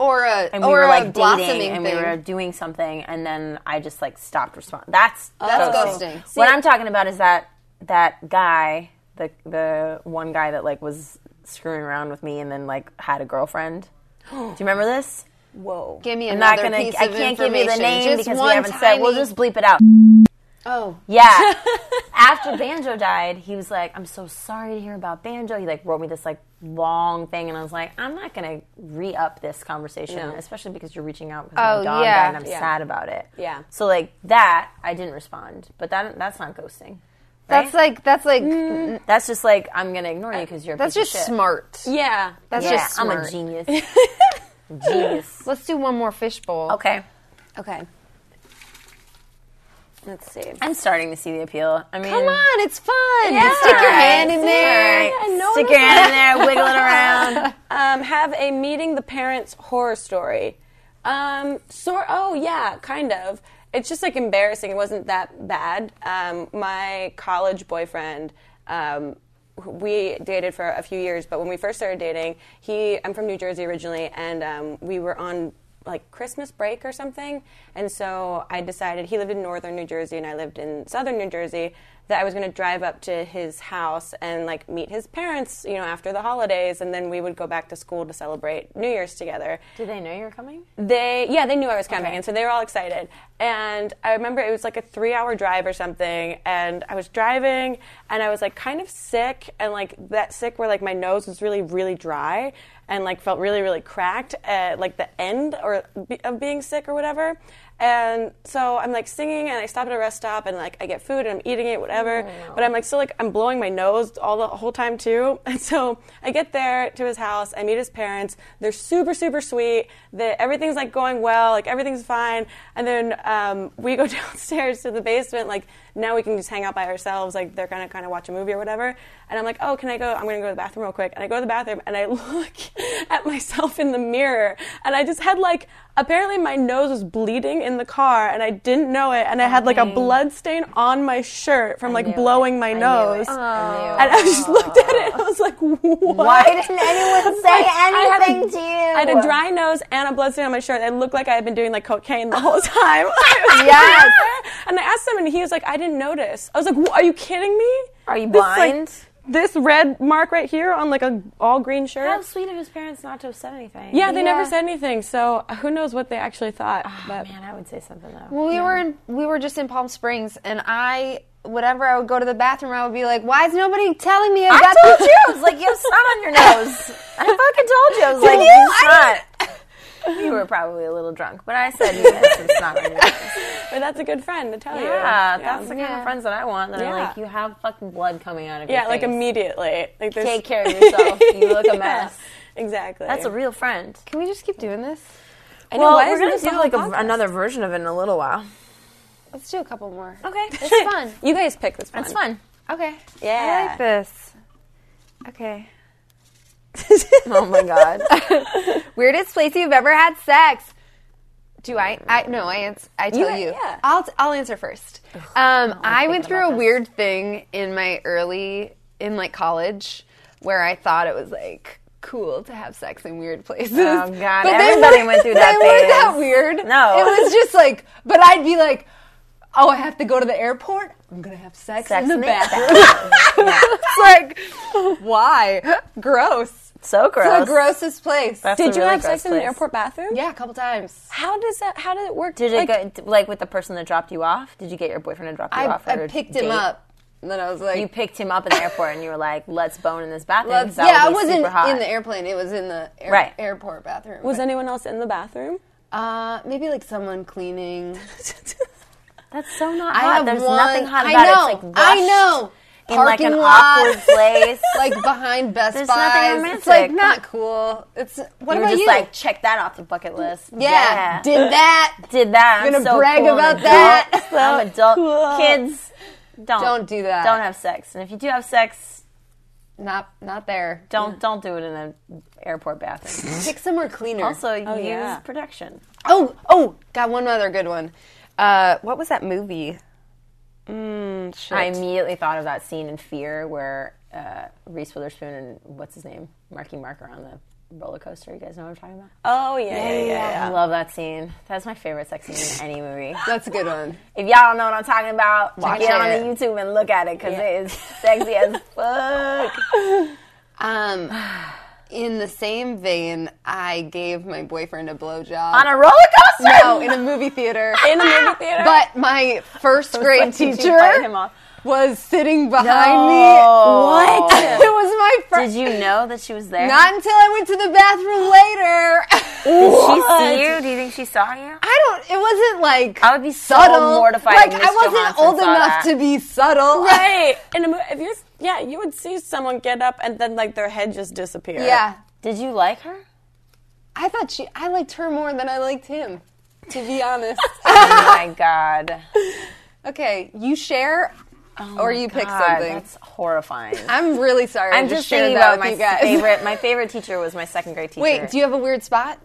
Speaker 2: or a
Speaker 1: and we
Speaker 2: or
Speaker 1: were
Speaker 2: a
Speaker 1: like
Speaker 2: blossoming
Speaker 1: dating and
Speaker 2: thing.
Speaker 1: we were doing something and then I just like stopped responding. That's
Speaker 2: Oh, That's ghosting. See-
Speaker 1: what I'm talking about is that that guy, the the one guy that like was screwing around with me and then like had a girlfriend. Do you remember this?
Speaker 4: Whoa.
Speaker 2: Give me
Speaker 1: I'm not
Speaker 2: another
Speaker 1: gonna.
Speaker 2: piece
Speaker 1: I
Speaker 2: of
Speaker 1: can't give you the
Speaker 2: information.
Speaker 1: name
Speaker 2: Just
Speaker 1: because we
Speaker 2: one
Speaker 1: haven't said. We'll
Speaker 2: tiny-
Speaker 1: just bleep it out.
Speaker 2: Oh,
Speaker 1: Yeah. After Banjo died, he was like, I'm so sorry to hear about Banjo. He like wrote me this like long thing and I was like, I'm not gonna re up this conversation,
Speaker 4: No.
Speaker 1: especially because you're reaching out because
Speaker 2: Oh,
Speaker 1: my dog
Speaker 2: yeah.
Speaker 1: died and I'm
Speaker 4: Yeah.
Speaker 1: sad about it.
Speaker 4: Yeah.
Speaker 1: So like that I didn't respond. But that that's not ghosting.
Speaker 2: that's like that's like
Speaker 1: That's just like I'm gonna ignore you because you're a
Speaker 2: that's
Speaker 1: Mm. piece
Speaker 2: just
Speaker 1: of shit.
Speaker 2: smart.
Speaker 4: Yeah.
Speaker 2: That's
Speaker 1: Yeah,
Speaker 2: just smart.
Speaker 1: I'm a genius. genius.
Speaker 2: Let's do one more fishbowl.
Speaker 1: Okay.
Speaker 4: Okay. Let's see.
Speaker 1: I'm starting to see the appeal. I mean
Speaker 2: Come on, it's fun.
Speaker 1: Yeah.
Speaker 2: Stick your hand in
Speaker 1: All
Speaker 2: there.
Speaker 1: right. Stick your hand in there, wiggle it around.
Speaker 4: Um, have a meeting the parents horror story. Um, sort. Oh yeah, kind of. It's just like embarrassing. It wasn't that bad. Um, my college boyfriend. Um, wh- we dated for a few years, but when we first started dating, he. I'm from New Jersey originally, and um, we were on like Christmas break or something. And so I decided he lived in northern New Jersey and I lived in southern New Jersey. that I was going to drive up to his house and like meet his parents, you know, after the holidays, and then we would go back to school to celebrate New Year's together.
Speaker 1: Did they know you were coming?
Speaker 4: They, yeah, they knew I was coming, and so they were all excited. And I remember it was like a three hour drive or something, and I was driving, and I was like kind of sick, and like that sick where like my nose was really, really dry, and like felt really, really cracked at like the end or be, of being sick or whatever. And so I'm like singing, and I stop at a rest stop, and like I get food, and I'm eating it, whatever. But I'm like still like I'm blowing my nose all the whole time too. And so I get there to his house, I meet his parents. They're super super sweet. The, everything's like going well, like everything's fine. And then um, we go downstairs to the basement. Like now we can just hang out by ourselves. Like they're gonna kind of watch a movie or whatever. And I'm like, oh, can I go? I'm gonna go to the bathroom real quick. And I go to the bathroom, and I look at myself in the mirror, and I just had like apparently my nose was bleeding in the car and I didn't know it and I had like a blood stain on my shirt from like blowing my nose.
Speaker 1: Oh.
Speaker 4: And I just looked at it and I was like, what?
Speaker 1: Why didn't anyone say
Speaker 4: I had a-
Speaker 1: anything to you?
Speaker 4: I had a dry nose and a blood stain on my shirt. I looked like I had been doing like cocaine the whole time. yes. And I asked him, and he was like, "I didn't notice." I was like, "Wha- "Are you kidding me?
Speaker 1: Are you
Speaker 4: This, like,
Speaker 1: blind?
Speaker 4: This, red mark right here on like a all green shirt."
Speaker 1: How sweet of his parents not to have said anything.
Speaker 4: yeah, they never
Speaker 2: Yeah.
Speaker 4: said anything, so who knows what they actually thought. but
Speaker 1: Ah, Man, I would say something though.
Speaker 2: Well, we were in, we were just in Palm Springs, and I whenever I would go to the bathroom, I would be like, "Why is nobody telling me I
Speaker 1: I
Speaker 2: got
Speaker 1: told
Speaker 2: the-"
Speaker 1: you. I was like, you have sun on your nose. I fucking told you. I was like,
Speaker 2: you?
Speaker 1: you
Speaker 2: I
Speaker 1: snot. You were probably a little drunk, but I said you had some snot on your nose.
Speaker 4: but that's a good friend to tell you.
Speaker 1: Yeah, that's the kind
Speaker 2: Yeah.
Speaker 1: of friends that I want. That are
Speaker 4: Yeah.
Speaker 1: like, you have fucking blood coming out of your
Speaker 4: Yeah, like
Speaker 1: face.
Speaker 4: immediately. Like there's-
Speaker 1: Take care of yourself. You look a
Speaker 4: Yeah,
Speaker 1: mess.
Speaker 4: exactly.
Speaker 1: That's a real friend.
Speaker 2: Can we just keep doing this?
Speaker 4: I know,
Speaker 1: Well,
Speaker 4: why
Speaker 1: we're
Speaker 4: isn't
Speaker 1: gonna
Speaker 4: this the
Speaker 1: do
Speaker 4: whole
Speaker 1: like a,
Speaker 4: podcast?
Speaker 1: another version of it in a little while.
Speaker 2: Let's do a couple more.
Speaker 1: Okay,
Speaker 2: It's fun.
Speaker 4: You guys pick this one.
Speaker 1: that's fun.
Speaker 2: Okay.
Speaker 4: Yeah.
Speaker 2: I like this. Okay.
Speaker 1: Oh my god.
Speaker 2: Weirdest place you've ever had sex? Do I? I no. I ans- I tell you.
Speaker 4: yeah.
Speaker 2: I'll I'll answer first. um, I went through a weird thing in my early in like college where I thought it was like cool to have sex in weird places.
Speaker 1: Oh, God.
Speaker 2: they
Speaker 1: Everybody
Speaker 2: weren't-
Speaker 1: went through that
Speaker 2: They weren't
Speaker 1: phase.
Speaker 2: that weird.
Speaker 1: No.
Speaker 2: it was just like. But I'd be like, oh, I have to go to the airport. I'm gonna have sex,
Speaker 1: Sex
Speaker 2: in the
Speaker 1: in the
Speaker 2: bathroom. it's like, why? Gross.
Speaker 1: so gross.
Speaker 2: The grossest place.
Speaker 1: That's
Speaker 4: Did
Speaker 1: a
Speaker 4: you
Speaker 1: really
Speaker 4: have sex
Speaker 1: gross
Speaker 4: in an
Speaker 1: place.
Speaker 4: airport bathroom?
Speaker 2: yeah, a couple times.
Speaker 4: How does that? How did it work?
Speaker 1: Did it go, like with the person that dropped you off? Did you get your boyfriend to drop you
Speaker 2: I,
Speaker 1: off? or
Speaker 2: I picked him
Speaker 1: date?
Speaker 2: up, and then I was like,
Speaker 1: You picked him up in the airport, and you were like, "Let's bone in this bathroom." 'cause
Speaker 2: "Let's-"
Speaker 1: that
Speaker 2: "Yeah, I
Speaker 1: would be
Speaker 2: wasn't
Speaker 1: super hot.
Speaker 2: in the airplane. It was in the air-
Speaker 1: Right.
Speaker 2: airport bathroom.
Speaker 4: Was anyone else in the bathroom?
Speaker 2: uh, maybe like someone cleaning?
Speaker 1: That's so not
Speaker 2: I
Speaker 1: hot.
Speaker 2: have
Speaker 1: There's
Speaker 2: one-
Speaker 1: nothing hot
Speaker 2: I
Speaker 1: about
Speaker 2: know,
Speaker 1: it. It's like
Speaker 2: I
Speaker 1: rushed
Speaker 2: know.
Speaker 1: in like an
Speaker 2: Parking
Speaker 1: awkward
Speaker 2: lot.
Speaker 1: place.
Speaker 2: like behind Best
Speaker 1: There's
Speaker 2: Buy.
Speaker 1: nothing
Speaker 2: It's like
Speaker 1: romantic.
Speaker 2: not cool. It's what
Speaker 1: you were
Speaker 2: about
Speaker 1: just
Speaker 2: you?
Speaker 1: like, check that off the bucket list.
Speaker 2: yeah, did that?
Speaker 1: did that. I'm
Speaker 2: gonna
Speaker 1: so
Speaker 2: brag
Speaker 1: cool. I'm
Speaker 2: about
Speaker 1: adult.
Speaker 2: that.
Speaker 1: I'm adult.
Speaker 4: cool.
Speaker 1: Kids, don't
Speaker 2: Don't do that.
Speaker 1: Don't have sex. And if you do have sex,
Speaker 2: Not not there.
Speaker 1: don't don't do it in an airport bathroom.
Speaker 2: Pick somewhere cleaner.
Speaker 1: also, use
Speaker 4: yeah.
Speaker 1: protection.
Speaker 2: oh oh, got one other good one. Uh, what was that movie? Mm, shit.
Speaker 1: I immediately thought of that scene in Fear where uh, Reese Witherspoon and what's his name, Marky Mark, are on the roller coaster. You guys know what I'm talking about?
Speaker 4: Oh yeah, yeah, yeah. yeah.
Speaker 1: I love that scene. That's my favorite sex scene in any movie.
Speaker 2: That's a good one.
Speaker 1: If y'all don't know what I'm talking about,
Speaker 2: Watch
Speaker 1: get
Speaker 2: it.
Speaker 1: on the YouTube and look at it because it is sexy as fuck.
Speaker 2: Um, in the same vein, I gave my boyfriend a blowjob.
Speaker 1: on a roller coaster.
Speaker 2: no, in a movie theater.
Speaker 4: In the movie theater.
Speaker 2: but my first grade
Speaker 1: Did you fight him
Speaker 2: teacher
Speaker 1: off?
Speaker 2: was sitting behind
Speaker 1: No.
Speaker 2: me.
Speaker 1: What?
Speaker 2: it was my
Speaker 1: Did
Speaker 2: first.
Speaker 1: you know that she was there?
Speaker 2: Not until I went to the bathroom later.
Speaker 1: Did she see you? Do you think she saw you?
Speaker 2: I don't. It wasn't like
Speaker 1: I would be so
Speaker 2: subtle.
Speaker 1: mortified.
Speaker 2: Like
Speaker 1: if
Speaker 2: I
Speaker 1: Miss
Speaker 2: wasn't
Speaker 1: Johansson
Speaker 2: old
Speaker 1: saw that.
Speaker 2: enough to be subtle.
Speaker 4: right. In a mo- if you're, yeah, you would see someone get up and then like their head just disappear.
Speaker 2: Yeah,
Speaker 1: Did you like her?
Speaker 2: I thought she. I liked her more than I liked him. To be honest.
Speaker 1: Oh my god.
Speaker 2: okay, you share, or you pick
Speaker 1: Oh God,
Speaker 2: something.
Speaker 1: That's horrifying.
Speaker 2: I'm really sorry.
Speaker 1: I'm
Speaker 2: I
Speaker 1: just
Speaker 2: just, shared
Speaker 1: thinking
Speaker 2: that
Speaker 1: about
Speaker 2: with
Speaker 1: my
Speaker 2: you guys.
Speaker 1: favorite. My favorite teacher was my second grade teacher.
Speaker 2: Wait, do you have a weird spot?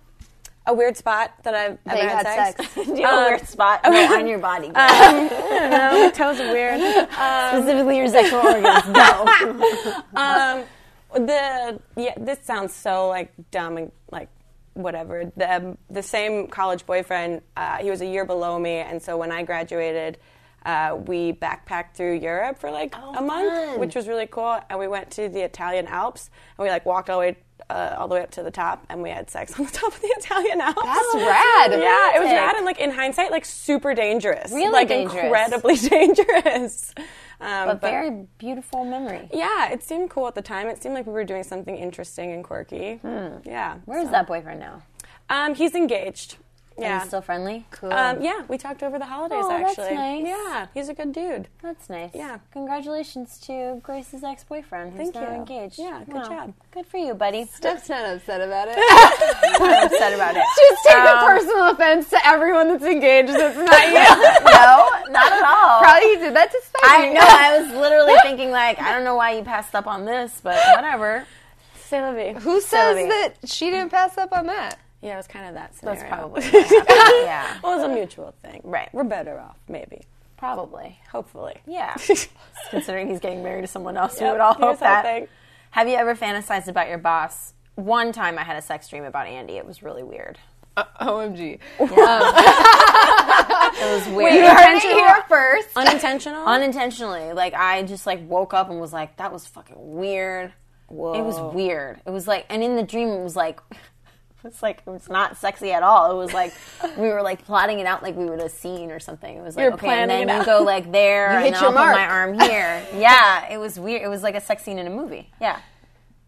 Speaker 4: A weird spot that I've ever
Speaker 2: you
Speaker 4: had,
Speaker 2: had
Speaker 4: sex.
Speaker 1: Do you have a
Speaker 4: Um,
Speaker 1: weird spot No, on your body? Girl.
Speaker 4: no, toes are weird.
Speaker 1: Specifically, your sexual organs. No.
Speaker 4: um, the yeah, this sounds so like dumb and like whatever. um, The the same college boyfriend, uh, he was a year below me, and so when I graduated, Uh, we backpacked through Europe for like a month,
Speaker 1: Oh, fun.
Speaker 4: which was really cool. And we went to the Italian Alps, and we like walked all the way. Uh, all the way up to the top, and we had sex on the top of the Italian Alps.
Speaker 2: That's rad.
Speaker 4: Yeah, it was
Speaker 1: Romantic.
Speaker 4: rad, and like in hindsight, like super dangerous,
Speaker 1: Really
Speaker 4: like
Speaker 1: dangerous.
Speaker 4: incredibly dangerous. Um,
Speaker 1: But very beautiful memory.
Speaker 4: yeah, it seemed cool at the time. It seemed like we were doing something interesting and quirky. Yeah.
Speaker 1: Where's that boyfriend now?
Speaker 4: Um, he's engaged.
Speaker 1: Yeah.
Speaker 4: Yeah.
Speaker 1: still friendly? Cool.
Speaker 4: um, yeah, we talked over the holidays
Speaker 1: Oh, that's
Speaker 4: actually.
Speaker 1: nice.
Speaker 4: Yeah, he's a good dude.
Speaker 1: That's nice.
Speaker 4: Yeah.
Speaker 1: Congratulations to Grace's ex boyfriend who's
Speaker 4: Thank
Speaker 1: now
Speaker 4: you.
Speaker 1: engaged.
Speaker 4: Yeah, good job.
Speaker 1: Good for you, buddy.
Speaker 2: Steph's not upset about it.
Speaker 1: I'm upset about it.
Speaker 2: Just take
Speaker 1: Um,
Speaker 2: a personal offense to everyone that's engaged that's not you.
Speaker 1: no, not at all.
Speaker 2: Probably he did that to spite
Speaker 1: I
Speaker 2: you.
Speaker 1: know. I was literally thinking like, I don't know why you passed up on this, but whatever.
Speaker 4: C'est la vie.
Speaker 2: Who says
Speaker 1: Sylvie.
Speaker 2: that she didn't pass up on that?
Speaker 4: Yeah, it was kind of that scenario.
Speaker 1: That's probably what happened. yeah,
Speaker 4: It was a mutual thing.
Speaker 1: Right.
Speaker 4: We're better off, maybe.
Speaker 1: probably.
Speaker 4: Hopefully.
Speaker 1: Yeah. Considering he's getting married to someone else, we
Speaker 4: Yep,
Speaker 1: would all hope
Speaker 4: here's
Speaker 1: that.
Speaker 4: hoping.
Speaker 1: Have you ever fantasized about your boss? One time, I had a sex dream about Andy. It was really weird.
Speaker 2: OMG.
Speaker 1: It was weird.
Speaker 2: You heard it here first.
Speaker 4: Unintentional?
Speaker 1: unintentionally. Like I just like woke up and was like, that was fucking weird. It was weird. It was like, and in the dream, it was like, it's like it was not sexy at all. It was like we were like plotting it out like we would a scene or something. It was like
Speaker 4: You're
Speaker 1: okay, and
Speaker 4: planning
Speaker 1: then
Speaker 4: it
Speaker 1: you
Speaker 4: out.
Speaker 1: go like there, and
Speaker 2: hit
Speaker 1: then
Speaker 2: your
Speaker 1: I'll put my
Speaker 2: mark.
Speaker 1: arm here. yeah, it was weird. It was like a sex scene in a movie. Yeah.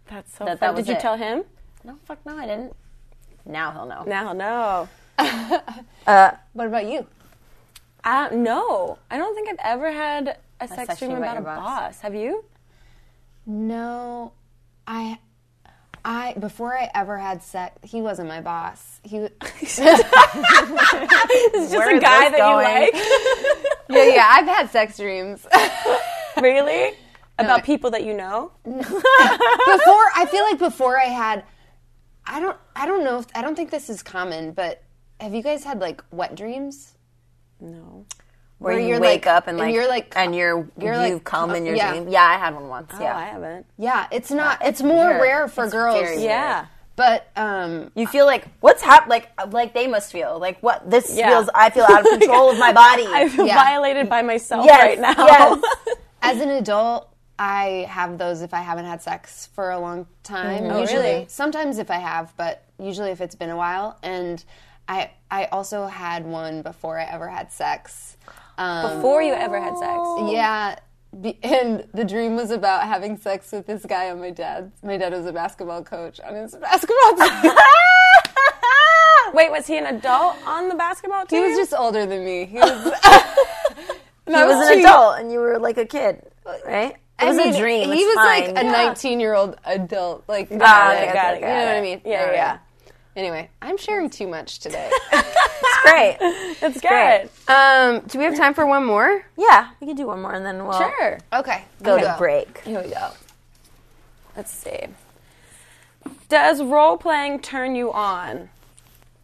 Speaker 4: That's so
Speaker 1: That- that
Speaker 4: fun.
Speaker 1: was
Speaker 4: Did you
Speaker 1: it.
Speaker 4: tell him?
Speaker 1: No, fuck no, I didn't. Now he'll know.
Speaker 4: Now, no.
Speaker 2: What about you?
Speaker 4: Uh, no. I don't think I've ever had a, sex,
Speaker 1: sex
Speaker 4: dream
Speaker 1: dream
Speaker 4: about,
Speaker 1: about
Speaker 4: a
Speaker 1: your boss.
Speaker 4: boss. Have you?
Speaker 2: No, I, I before I ever had sex, he wasn't my boss. He, w-
Speaker 4: It's just
Speaker 1: Where
Speaker 4: a
Speaker 1: is
Speaker 4: guy
Speaker 1: this
Speaker 4: that you like.
Speaker 2: yeah, yeah, I've had sex dreams
Speaker 4: Really? About
Speaker 2: I-
Speaker 4: people that you know?
Speaker 2: before. I feel like before I had, I don't, I don't know if I don't think this is common, but have you guys had like wet dreams?
Speaker 4: No.
Speaker 1: Where,
Speaker 2: Where
Speaker 1: you
Speaker 2: you're,
Speaker 1: wake
Speaker 2: like-
Speaker 1: up and
Speaker 2: and
Speaker 1: like,
Speaker 2: you're, like,
Speaker 1: and you're,
Speaker 2: you're,
Speaker 1: you
Speaker 2: like, uh,
Speaker 1: come in your
Speaker 2: yeah.
Speaker 1: dream. Yeah, I had one once.
Speaker 4: Oh, I
Speaker 1: yeah.
Speaker 4: haven't.
Speaker 2: Yeah, it's not. It's more
Speaker 1: weird.
Speaker 2: rare for
Speaker 1: It's
Speaker 2: girls.
Speaker 1: very weird.
Speaker 4: Yeah.
Speaker 2: but um,
Speaker 1: You feel like what's hap like like they must feel like what this
Speaker 4: Yeah.
Speaker 1: feels. I feel out of control of my body.
Speaker 4: I feel
Speaker 2: Yeah.
Speaker 4: violated by myself
Speaker 1: Yes,
Speaker 4: right now.
Speaker 1: yes.
Speaker 2: as an adult. I have those if I haven't had sex for a long time.
Speaker 1: Mm-hmm. Oh,
Speaker 2: Usually,
Speaker 4: really?
Speaker 2: sometimes if I have, but usually if it's been a while. And I, I also had one before I ever had sex. Um,
Speaker 4: Before you ever had sex.
Speaker 2: Yeah. be- And the dream was about having sex with this guy on my dad's. My dad was a basketball coach on his basketball team.
Speaker 4: Wait, was he an adult on the basketball
Speaker 2: he
Speaker 4: team?
Speaker 2: was just older than me. He was,
Speaker 1: he was an adult and you were like a kid, right? It was
Speaker 2: I mean,
Speaker 1: a dream.
Speaker 2: He
Speaker 1: it's
Speaker 2: was
Speaker 1: fine.
Speaker 2: like a 19 year old adult. Like,
Speaker 1: Ah,
Speaker 2: got
Speaker 1: okay,
Speaker 2: it,
Speaker 1: got it, got
Speaker 2: You know what
Speaker 1: it.
Speaker 2: I mean?
Speaker 4: Yeah, yeah, yeah.
Speaker 2: Anyway, I'm sharing too much today.
Speaker 1: It's great.
Speaker 4: That's good.
Speaker 1: Great.
Speaker 2: um, do we have time for one more?
Speaker 1: Yeah, we could do one more and then we'll
Speaker 4: Sure.
Speaker 2: Okay.
Speaker 1: go
Speaker 2: here we
Speaker 1: to break.
Speaker 2: Here we go.
Speaker 4: Let's see. Does role playing turn you on?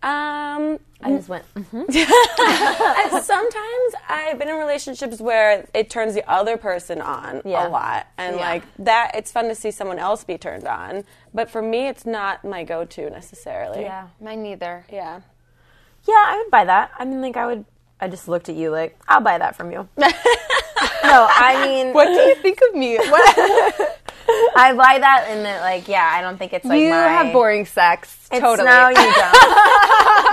Speaker 4: Um,
Speaker 1: I just went.
Speaker 4: sometimes I've been in relationships where it turns the other person on
Speaker 1: Yeah.
Speaker 4: a lot, and
Speaker 1: Yeah.
Speaker 4: like that, it's fun to see someone else be turned on. But for me, it's not my go-to necessarily.
Speaker 1: Yeah,
Speaker 2: Mine neither.
Speaker 4: Yeah.
Speaker 1: yeah, I would buy that. I mean, like I would. I just looked at you like I'll buy that from you. no, I mean
Speaker 2: What do you think of me? What?
Speaker 1: I buy that and that like yeah, I don't think it's like
Speaker 2: you
Speaker 1: my,
Speaker 2: have boring sex.
Speaker 1: It's
Speaker 2: totally.
Speaker 1: No, you don't.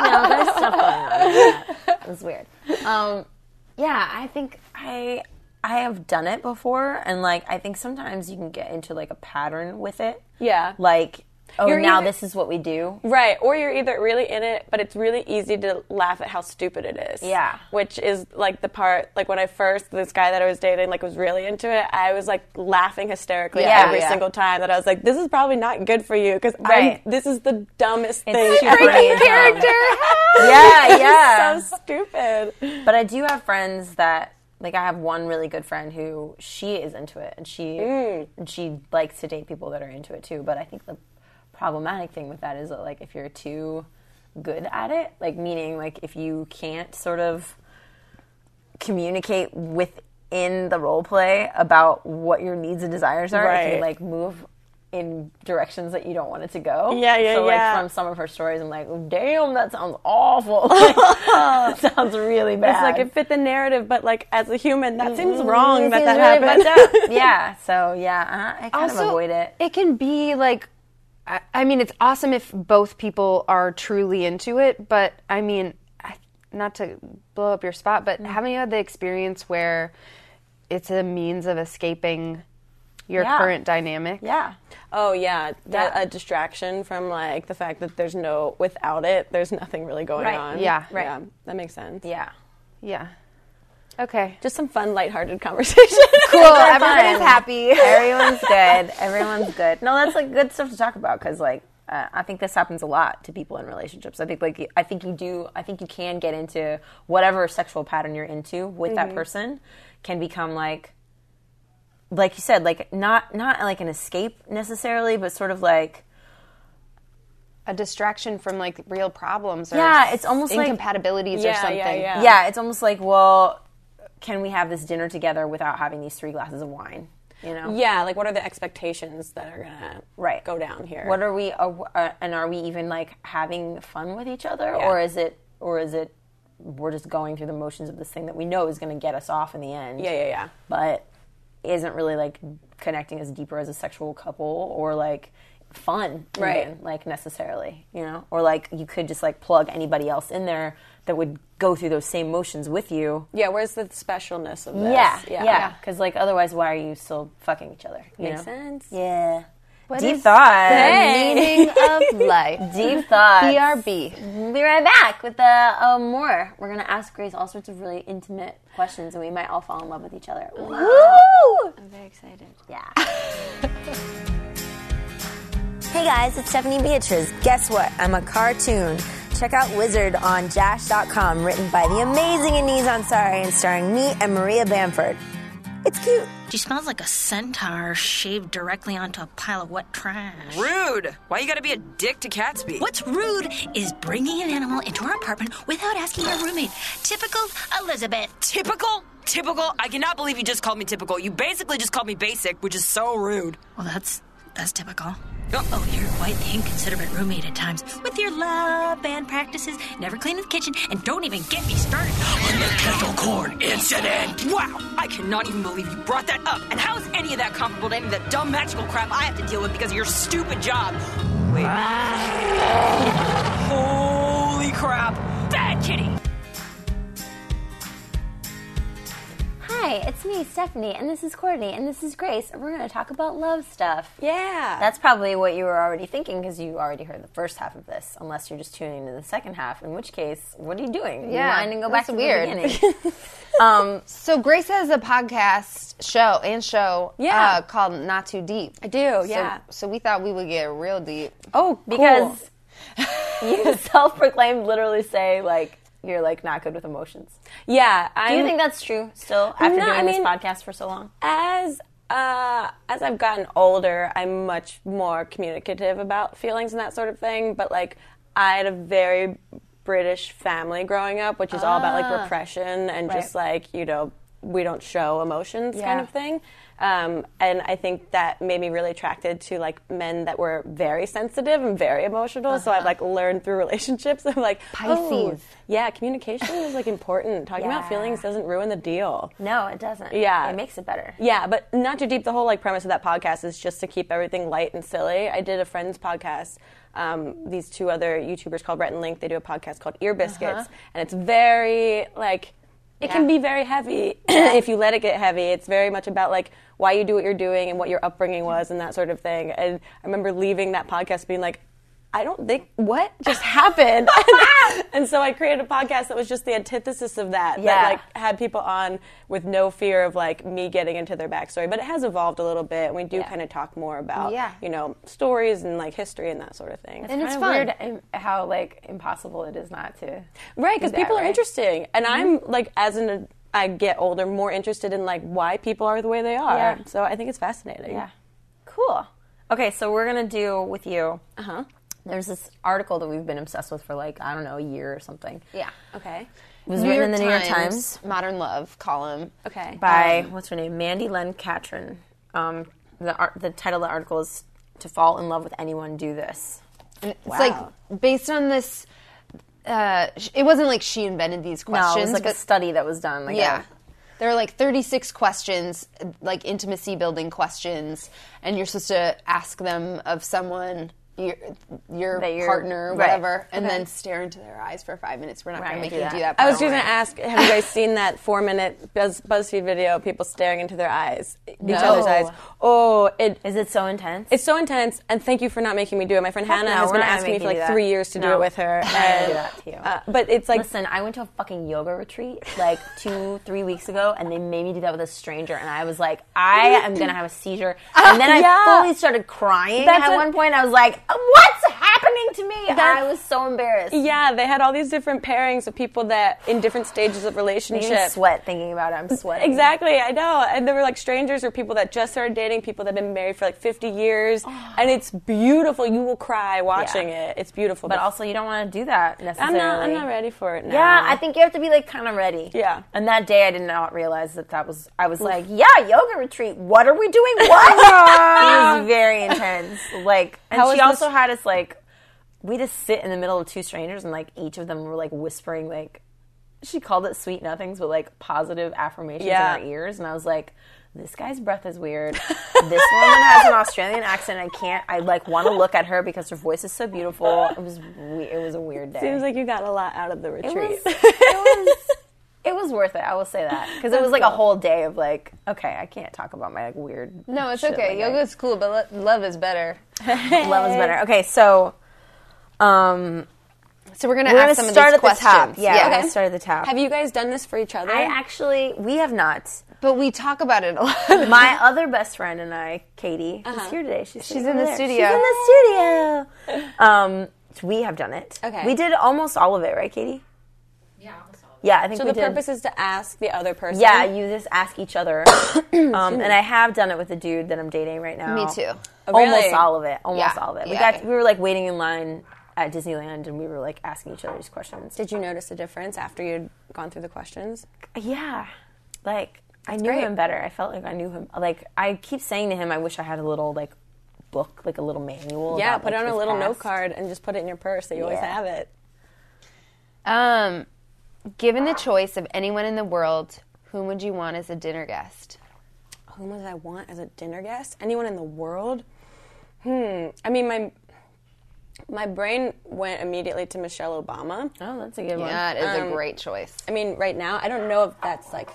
Speaker 1: no, there's stuff going on. Yeah, It was weird. Um, yeah, I think I I have done it before, and like I think sometimes you can get into like a pattern with it.
Speaker 4: Yeah.
Speaker 1: Like, oh,
Speaker 4: You're
Speaker 1: now
Speaker 4: either-
Speaker 1: this is what we do.
Speaker 4: Right, or you're either really in it, but it's really easy to laugh at how stupid it is.
Speaker 1: Yeah.
Speaker 4: Which is like the part, like when I first, this guy that I was dating, like was really into it, I was like laughing hysterically
Speaker 1: Yeah.
Speaker 4: every
Speaker 1: Yeah.
Speaker 4: single time that I was like, this is probably not good for you because
Speaker 1: Right.
Speaker 4: this is the dumbest
Speaker 1: It's
Speaker 4: thing. ever.
Speaker 1: freaking
Speaker 4: This
Speaker 1: yeah,
Speaker 4: is
Speaker 1: yeah.
Speaker 4: so stupid.
Speaker 1: But I do have friends that like I have one really good friend who she is into it and she
Speaker 4: Mm.
Speaker 1: and she likes to date people that are into it too. But I think the problematic thing with that is that like if you're too good at it, like meaning like if you can't sort of communicate within the role play about what your needs and desires are, if
Speaker 4: Right.
Speaker 1: you like move in directions that you don't want it to go.
Speaker 4: Yeah, yeah,
Speaker 1: so, like,
Speaker 4: yeah.
Speaker 1: From some of her stories, I'm like, damn, that sounds awful. Like, that sounds really bad. Mm-hmm.
Speaker 4: It's like it fit the narrative, but like as a human, that seems wrong that
Speaker 1: Seems
Speaker 4: that
Speaker 1: really
Speaker 4: happened.
Speaker 1: fucked up. yeah. So yeah, uh I kind of avoid it.
Speaker 2: can be like, I, I mean, it's awesome if both people are truly into it, but I mean, I, not to blow up your spot,
Speaker 1: Mm.
Speaker 2: but haven't you had the experience where it's a means of escaping your
Speaker 1: Yeah.
Speaker 2: current dynamic?
Speaker 1: Yeah.
Speaker 4: Oh yeah, that,
Speaker 1: Yeah.
Speaker 4: a distraction from like the fact that there's no without it, there's nothing really going
Speaker 1: Right,
Speaker 4: on.
Speaker 2: yeah,
Speaker 1: right.
Speaker 4: that makes sense.
Speaker 1: Yeah.
Speaker 2: Yeah. Okay.
Speaker 4: Just some fun, lighthearted conversation.
Speaker 2: Cool. Everybody's
Speaker 1: fun.
Speaker 2: happy.
Speaker 1: Everyone's good. Everyone's good. No, that's like good stuff to talk about because like uh, I think this happens a lot to people in relationships. I think like you- I think you do. I think you can get into whatever sexual pattern you're into with that person can become like like you said like not not like an escape necessarily, but sort of like
Speaker 2: a distraction from like real problems or
Speaker 1: Yeah, it's almost like-
Speaker 2: incompatibilities
Speaker 4: Yeah,
Speaker 2: or
Speaker 4: yeah,
Speaker 2: something.
Speaker 4: yeah.
Speaker 1: yeah, it's almost like well, can we have this dinner together without having these three glasses of wine? You know.
Speaker 4: yeah, like what are the expectations that are gonna
Speaker 1: right
Speaker 4: go down here?
Speaker 1: what are we are, uh, and are we even like having fun with each other
Speaker 4: Yeah.
Speaker 1: or is it or is it we're just going through the motions of this thing that we know is going to get us off in the end
Speaker 4: yeah, yeah, yeah.
Speaker 1: but isn't really like connecting us deeper as a sexual couple or like fun
Speaker 4: Right.
Speaker 1: even, like necessarily you know or like you could just like plug anybody else in there that would go through those same motions with you
Speaker 4: Yeah, where's the specialness of this?
Speaker 1: yeah yeah because like otherwise why are you still fucking each other you
Speaker 4: Makes
Speaker 1: know?
Speaker 4: sense.
Speaker 1: yeah deep
Speaker 2: is
Speaker 1: thoughts
Speaker 2: Meaning of life.
Speaker 1: deep thoughts
Speaker 2: BRB.
Speaker 1: We'll be right back with uh, uh, more. We're going to ask Grace all sorts of really intimate questions, and we might all fall in love with each other. Woo!
Speaker 4: I'm very excited.
Speaker 1: Yeah. hey guys, it's Stephanie Beatriz. Guess what? I'm a cartoon. Check out Wizard on Jash.com, written by the amazing Anise Ansari and starring me and Maria Bamford. It's cute.
Speaker 6: She smells like a centaur shaved directly onto a pile of wet trash.
Speaker 7: Rude! Why you gotta be a dick to Catsby?
Speaker 6: What's rude is bringing an animal into our apartment without asking our roommate. Typical Elizabeth.
Speaker 7: Typical? Typical? I cannot believe you just called me typical. You basically just called me basic, which is so rude.
Speaker 6: Well, that's that's typical. Oh, your white, inconsiderate roommate at times, with your love band practices, never cleaning the kitchen, and don't even get me started on the kettle corn incident.
Speaker 7: Wow! I cannot even believe you brought that up. And how is any of that comparable to any of that dumb magical crap I have to deal with because of your stupid job? Wait. Holy crap! Bad kitty!
Speaker 1: Hi, it's me, Stephanie, and this is Courtney, and this is Grace, and we're going to talk about love stuff.
Speaker 4: Yeah.
Speaker 1: That's probably what you were already thinking because you already heard the first half of this, unless you're just tuning into the second half, in which case, what are you doing?
Speaker 2: Yeah,
Speaker 1: Rewind and go back
Speaker 2: that's
Speaker 1: to
Speaker 2: weird.
Speaker 1: the beginning.
Speaker 2: Um, so Grace has a podcast show and show
Speaker 4: Yeah.
Speaker 2: uh, called Not Too Deep. I
Speaker 4: do, yeah.
Speaker 2: So, we thought we would get real deep.
Speaker 4: oh,
Speaker 1: Because you self proclaimed literally say, like, you're like not good with emotions.
Speaker 4: yeah, I
Speaker 1: Do you think that's true still after
Speaker 4: No,
Speaker 1: doing
Speaker 4: I
Speaker 1: this
Speaker 4: mean-
Speaker 1: podcast for so long?
Speaker 4: as uh, as I've gotten older, I'm much more communicative about feelings and that sort of thing. But like, I had a very British family growing up, which is all about
Speaker 1: Ah.
Speaker 4: like repression and just like you know we don't show emotions kind
Speaker 1: Yeah.
Speaker 4: of thing. Um, and I think that made me really attracted to like men that were very sensitive and very emotional. So
Speaker 1: Uh-huh.
Speaker 4: I've like learned through relationships. I'm like oh,
Speaker 2: Pisces.
Speaker 4: yeah, communication is like important. Talking about
Speaker 1: Yeah.
Speaker 4: feelings doesn't ruin the deal.
Speaker 1: No, it doesn't.
Speaker 4: Yeah.
Speaker 1: It makes it better.
Speaker 4: Yeah, but not too deep. The whole like premise of that podcast is just to keep everything light and silly. I did a friend's podcast. Um, these two other YouTubers called Rhett and Link. They do a podcast called Ear Biscuits, and it's very like it can be very heavy if you let it get heavy. It's very much about like why you do what you're doing and what your upbringing was and that sort of thing. And I remember leaving that podcast being like. I don't think what just happened. and so I created a podcast that was just the antithesis of that. That
Speaker 1: Yeah.
Speaker 4: like had people on with no fear of like me getting into their backstory. But it has evolved a little bit, and we do kind of talk more about
Speaker 2: Yeah.
Speaker 4: you know stories and like history and that sort of thing.
Speaker 2: And it's
Speaker 1: Kinda
Speaker 2: fun.
Speaker 1: weird im- how like impossible it is not to.
Speaker 4: right, because
Speaker 1: do that,
Speaker 4: people are
Speaker 1: right? Mm-hmm.
Speaker 4: interesting, and I'm like as an I get older, more interested in like why people are the way they are.
Speaker 1: Yeah.
Speaker 4: So I think it's fascinating.
Speaker 1: Yeah. Cool. Okay, so we're gonna do with you. Uh huh. There's this article that we've been obsessed with for like I don't know a year or something.
Speaker 2: Yeah.
Speaker 4: Okay.
Speaker 1: It was written in the New York Times
Speaker 2: Modern Love column.
Speaker 4: Okay.
Speaker 1: Um, by what's her name, Mandy Len Catron. Um, the art, the title of the article is to fall in love with anyone do this.
Speaker 2: And it's like based on this. Uh, sh- it wasn't like she invented these
Speaker 1: No,
Speaker 2: questions,
Speaker 1: it was like a
Speaker 2: but
Speaker 1: study that was done. Like
Speaker 2: yeah.
Speaker 1: a-
Speaker 2: There are like 36 questions, like intimacy building questions, and you're supposed to ask them of someone, your, your
Speaker 1: That you're-
Speaker 2: partner,
Speaker 1: right.
Speaker 2: whatever, and then stare into their eyes for five minutes. We're not
Speaker 1: Right,
Speaker 2: going to make
Speaker 1: do
Speaker 2: you
Speaker 1: that.
Speaker 2: do that.
Speaker 4: I was
Speaker 2: but don't
Speaker 4: just going
Speaker 2: worry.
Speaker 4: to ask have you guys seen that four minute Buzz, BuzzFeed video of people staring into their eyes, each other's eyes? Oh, it,
Speaker 1: Is it so intense?
Speaker 4: it's so intense, and thank you for not making me do it. My friend Hannah
Speaker 1: no,
Speaker 4: has
Speaker 1: we're
Speaker 4: been
Speaker 1: not gonna
Speaker 4: asking me
Speaker 1: make
Speaker 4: for
Speaker 1: you do
Speaker 4: like
Speaker 1: that.
Speaker 4: three years to do
Speaker 1: No.
Speaker 4: it with her.
Speaker 1: I'm not gonna
Speaker 4: and,
Speaker 1: do that to you.
Speaker 4: uh, but it's like,
Speaker 1: Listen, I went to a fucking yoga retreat like two, three weeks ago, and they made me do that with a stranger, and I was like, I am gonna have a seizure. And then I
Speaker 4: Oh, yeah.
Speaker 1: fully started crying
Speaker 4: That's
Speaker 1: at
Speaker 4: what-
Speaker 1: one point. I was like, What's happening to me? I was so embarrassed.
Speaker 4: yeah, they had all these different pairings of people that in different stages of
Speaker 1: Making me
Speaker 4: relationships.
Speaker 1: sweat thinking about it. I'm sweating.
Speaker 4: Exactly, I know. And there were like strangers or people that just started dating, people that have been married for like 50 years. And it's beautiful. You will cry watching
Speaker 1: Oh. Yeah.
Speaker 4: it. It's beautiful.
Speaker 1: But also, you don't want to do that
Speaker 4: I'm
Speaker 1: necessarily.
Speaker 4: not, I'm not ready for it now.
Speaker 1: Yeah, I think you have to be like kind of ready.
Speaker 4: Yeah.
Speaker 1: And that day, I did not realize that that was. I was like, yeah, yoga retreat. What are we doing? What? it was very intense. Like, and
Speaker 4: How
Speaker 1: she
Speaker 4: was
Speaker 1: also
Speaker 4: this-
Speaker 1: had us like, we just sit in the middle of two strangers, and like each of them were like whispering like, she called it sweet nothings, but like positive affirmations
Speaker 4: Yeah.
Speaker 1: in our ears, and I was like. This guy's breath is weird. this woman has an Australian accent. I can't. I like want to look at her because her voice is so beautiful. It was. We- it was a weird day.
Speaker 4: Seems like you got a lot out of the retreat.
Speaker 1: It was, it was it was worth it. I will say that because it was like a whole day of like, okay, I can't talk about my like weird.
Speaker 2: No, it's
Speaker 1: shit
Speaker 2: okay.
Speaker 1: like
Speaker 2: Yoga is cool, but lo- love is better.
Speaker 1: I- Love is better. Okay, so um,
Speaker 2: So we're going to
Speaker 1: we're gonna
Speaker 2: ask some
Speaker 1: start
Speaker 2: of
Speaker 1: at
Speaker 2: these
Speaker 1: the top.
Speaker 2: questions.
Speaker 1: Yeah, we're
Speaker 2: Okay.
Speaker 1: gonna start at the top.
Speaker 4: Have you guys done this for each other?
Speaker 1: I actually we have not.
Speaker 2: But we talk about it a lot.
Speaker 1: My other best friend and I, Katie,
Speaker 2: Uh-huh.
Speaker 1: is here today. She's, sitting
Speaker 2: in the
Speaker 1: over there.
Speaker 2: studio.
Speaker 1: She's in the studio. Um, so we have done it.
Speaker 4: Okay.
Speaker 1: we did almost all of it, right, Katie? Yeah, I think
Speaker 4: so
Speaker 1: we
Speaker 4: the
Speaker 1: did.
Speaker 4: purpose is to ask the other person.
Speaker 1: Yeah, you just ask each other. um, and I have done it with the dude that I'm dating right now.
Speaker 2: Me too.
Speaker 1: Almost
Speaker 4: Oh, really?
Speaker 1: all of it. Almost
Speaker 2: Yeah,
Speaker 1: all of it. We
Speaker 2: yeah.
Speaker 1: got we were like waiting in line at Disneyland and we were like asking each other these questions.
Speaker 4: Did you notice a difference after you'd gone through the questions?
Speaker 1: yeah. Like I knew
Speaker 4: great.
Speaker 1: him better. I felt like I knew him. Like I keep saying to him, I wish I had a little like book, like a little manual.
Speaker 4: yeah,
Speaker 1: about,
Speaker 4: put
Speaker 1: like,
Speaker 4: it on a
Speaker 1: his
Speaker 4: little note
Speaker 1: past.
Speaker 4: card and just put it in your purse so you always
Speaker 1: Yeah.
Speaker 4: have it.
Speaker 2: Um, given the choice of anyone in the world, whom would you want as a dinner guest?
Speaker 4: Whom would I want as a dinner guest? Anyone in the world? Hmm. I mean, my my brain went immediately to Michelle Obama.
Speaker 1: Oh, that's a good one.
Speaker 2: That is a great choice.
Speaker 4: Um, I mean, right now, I don't know if that's like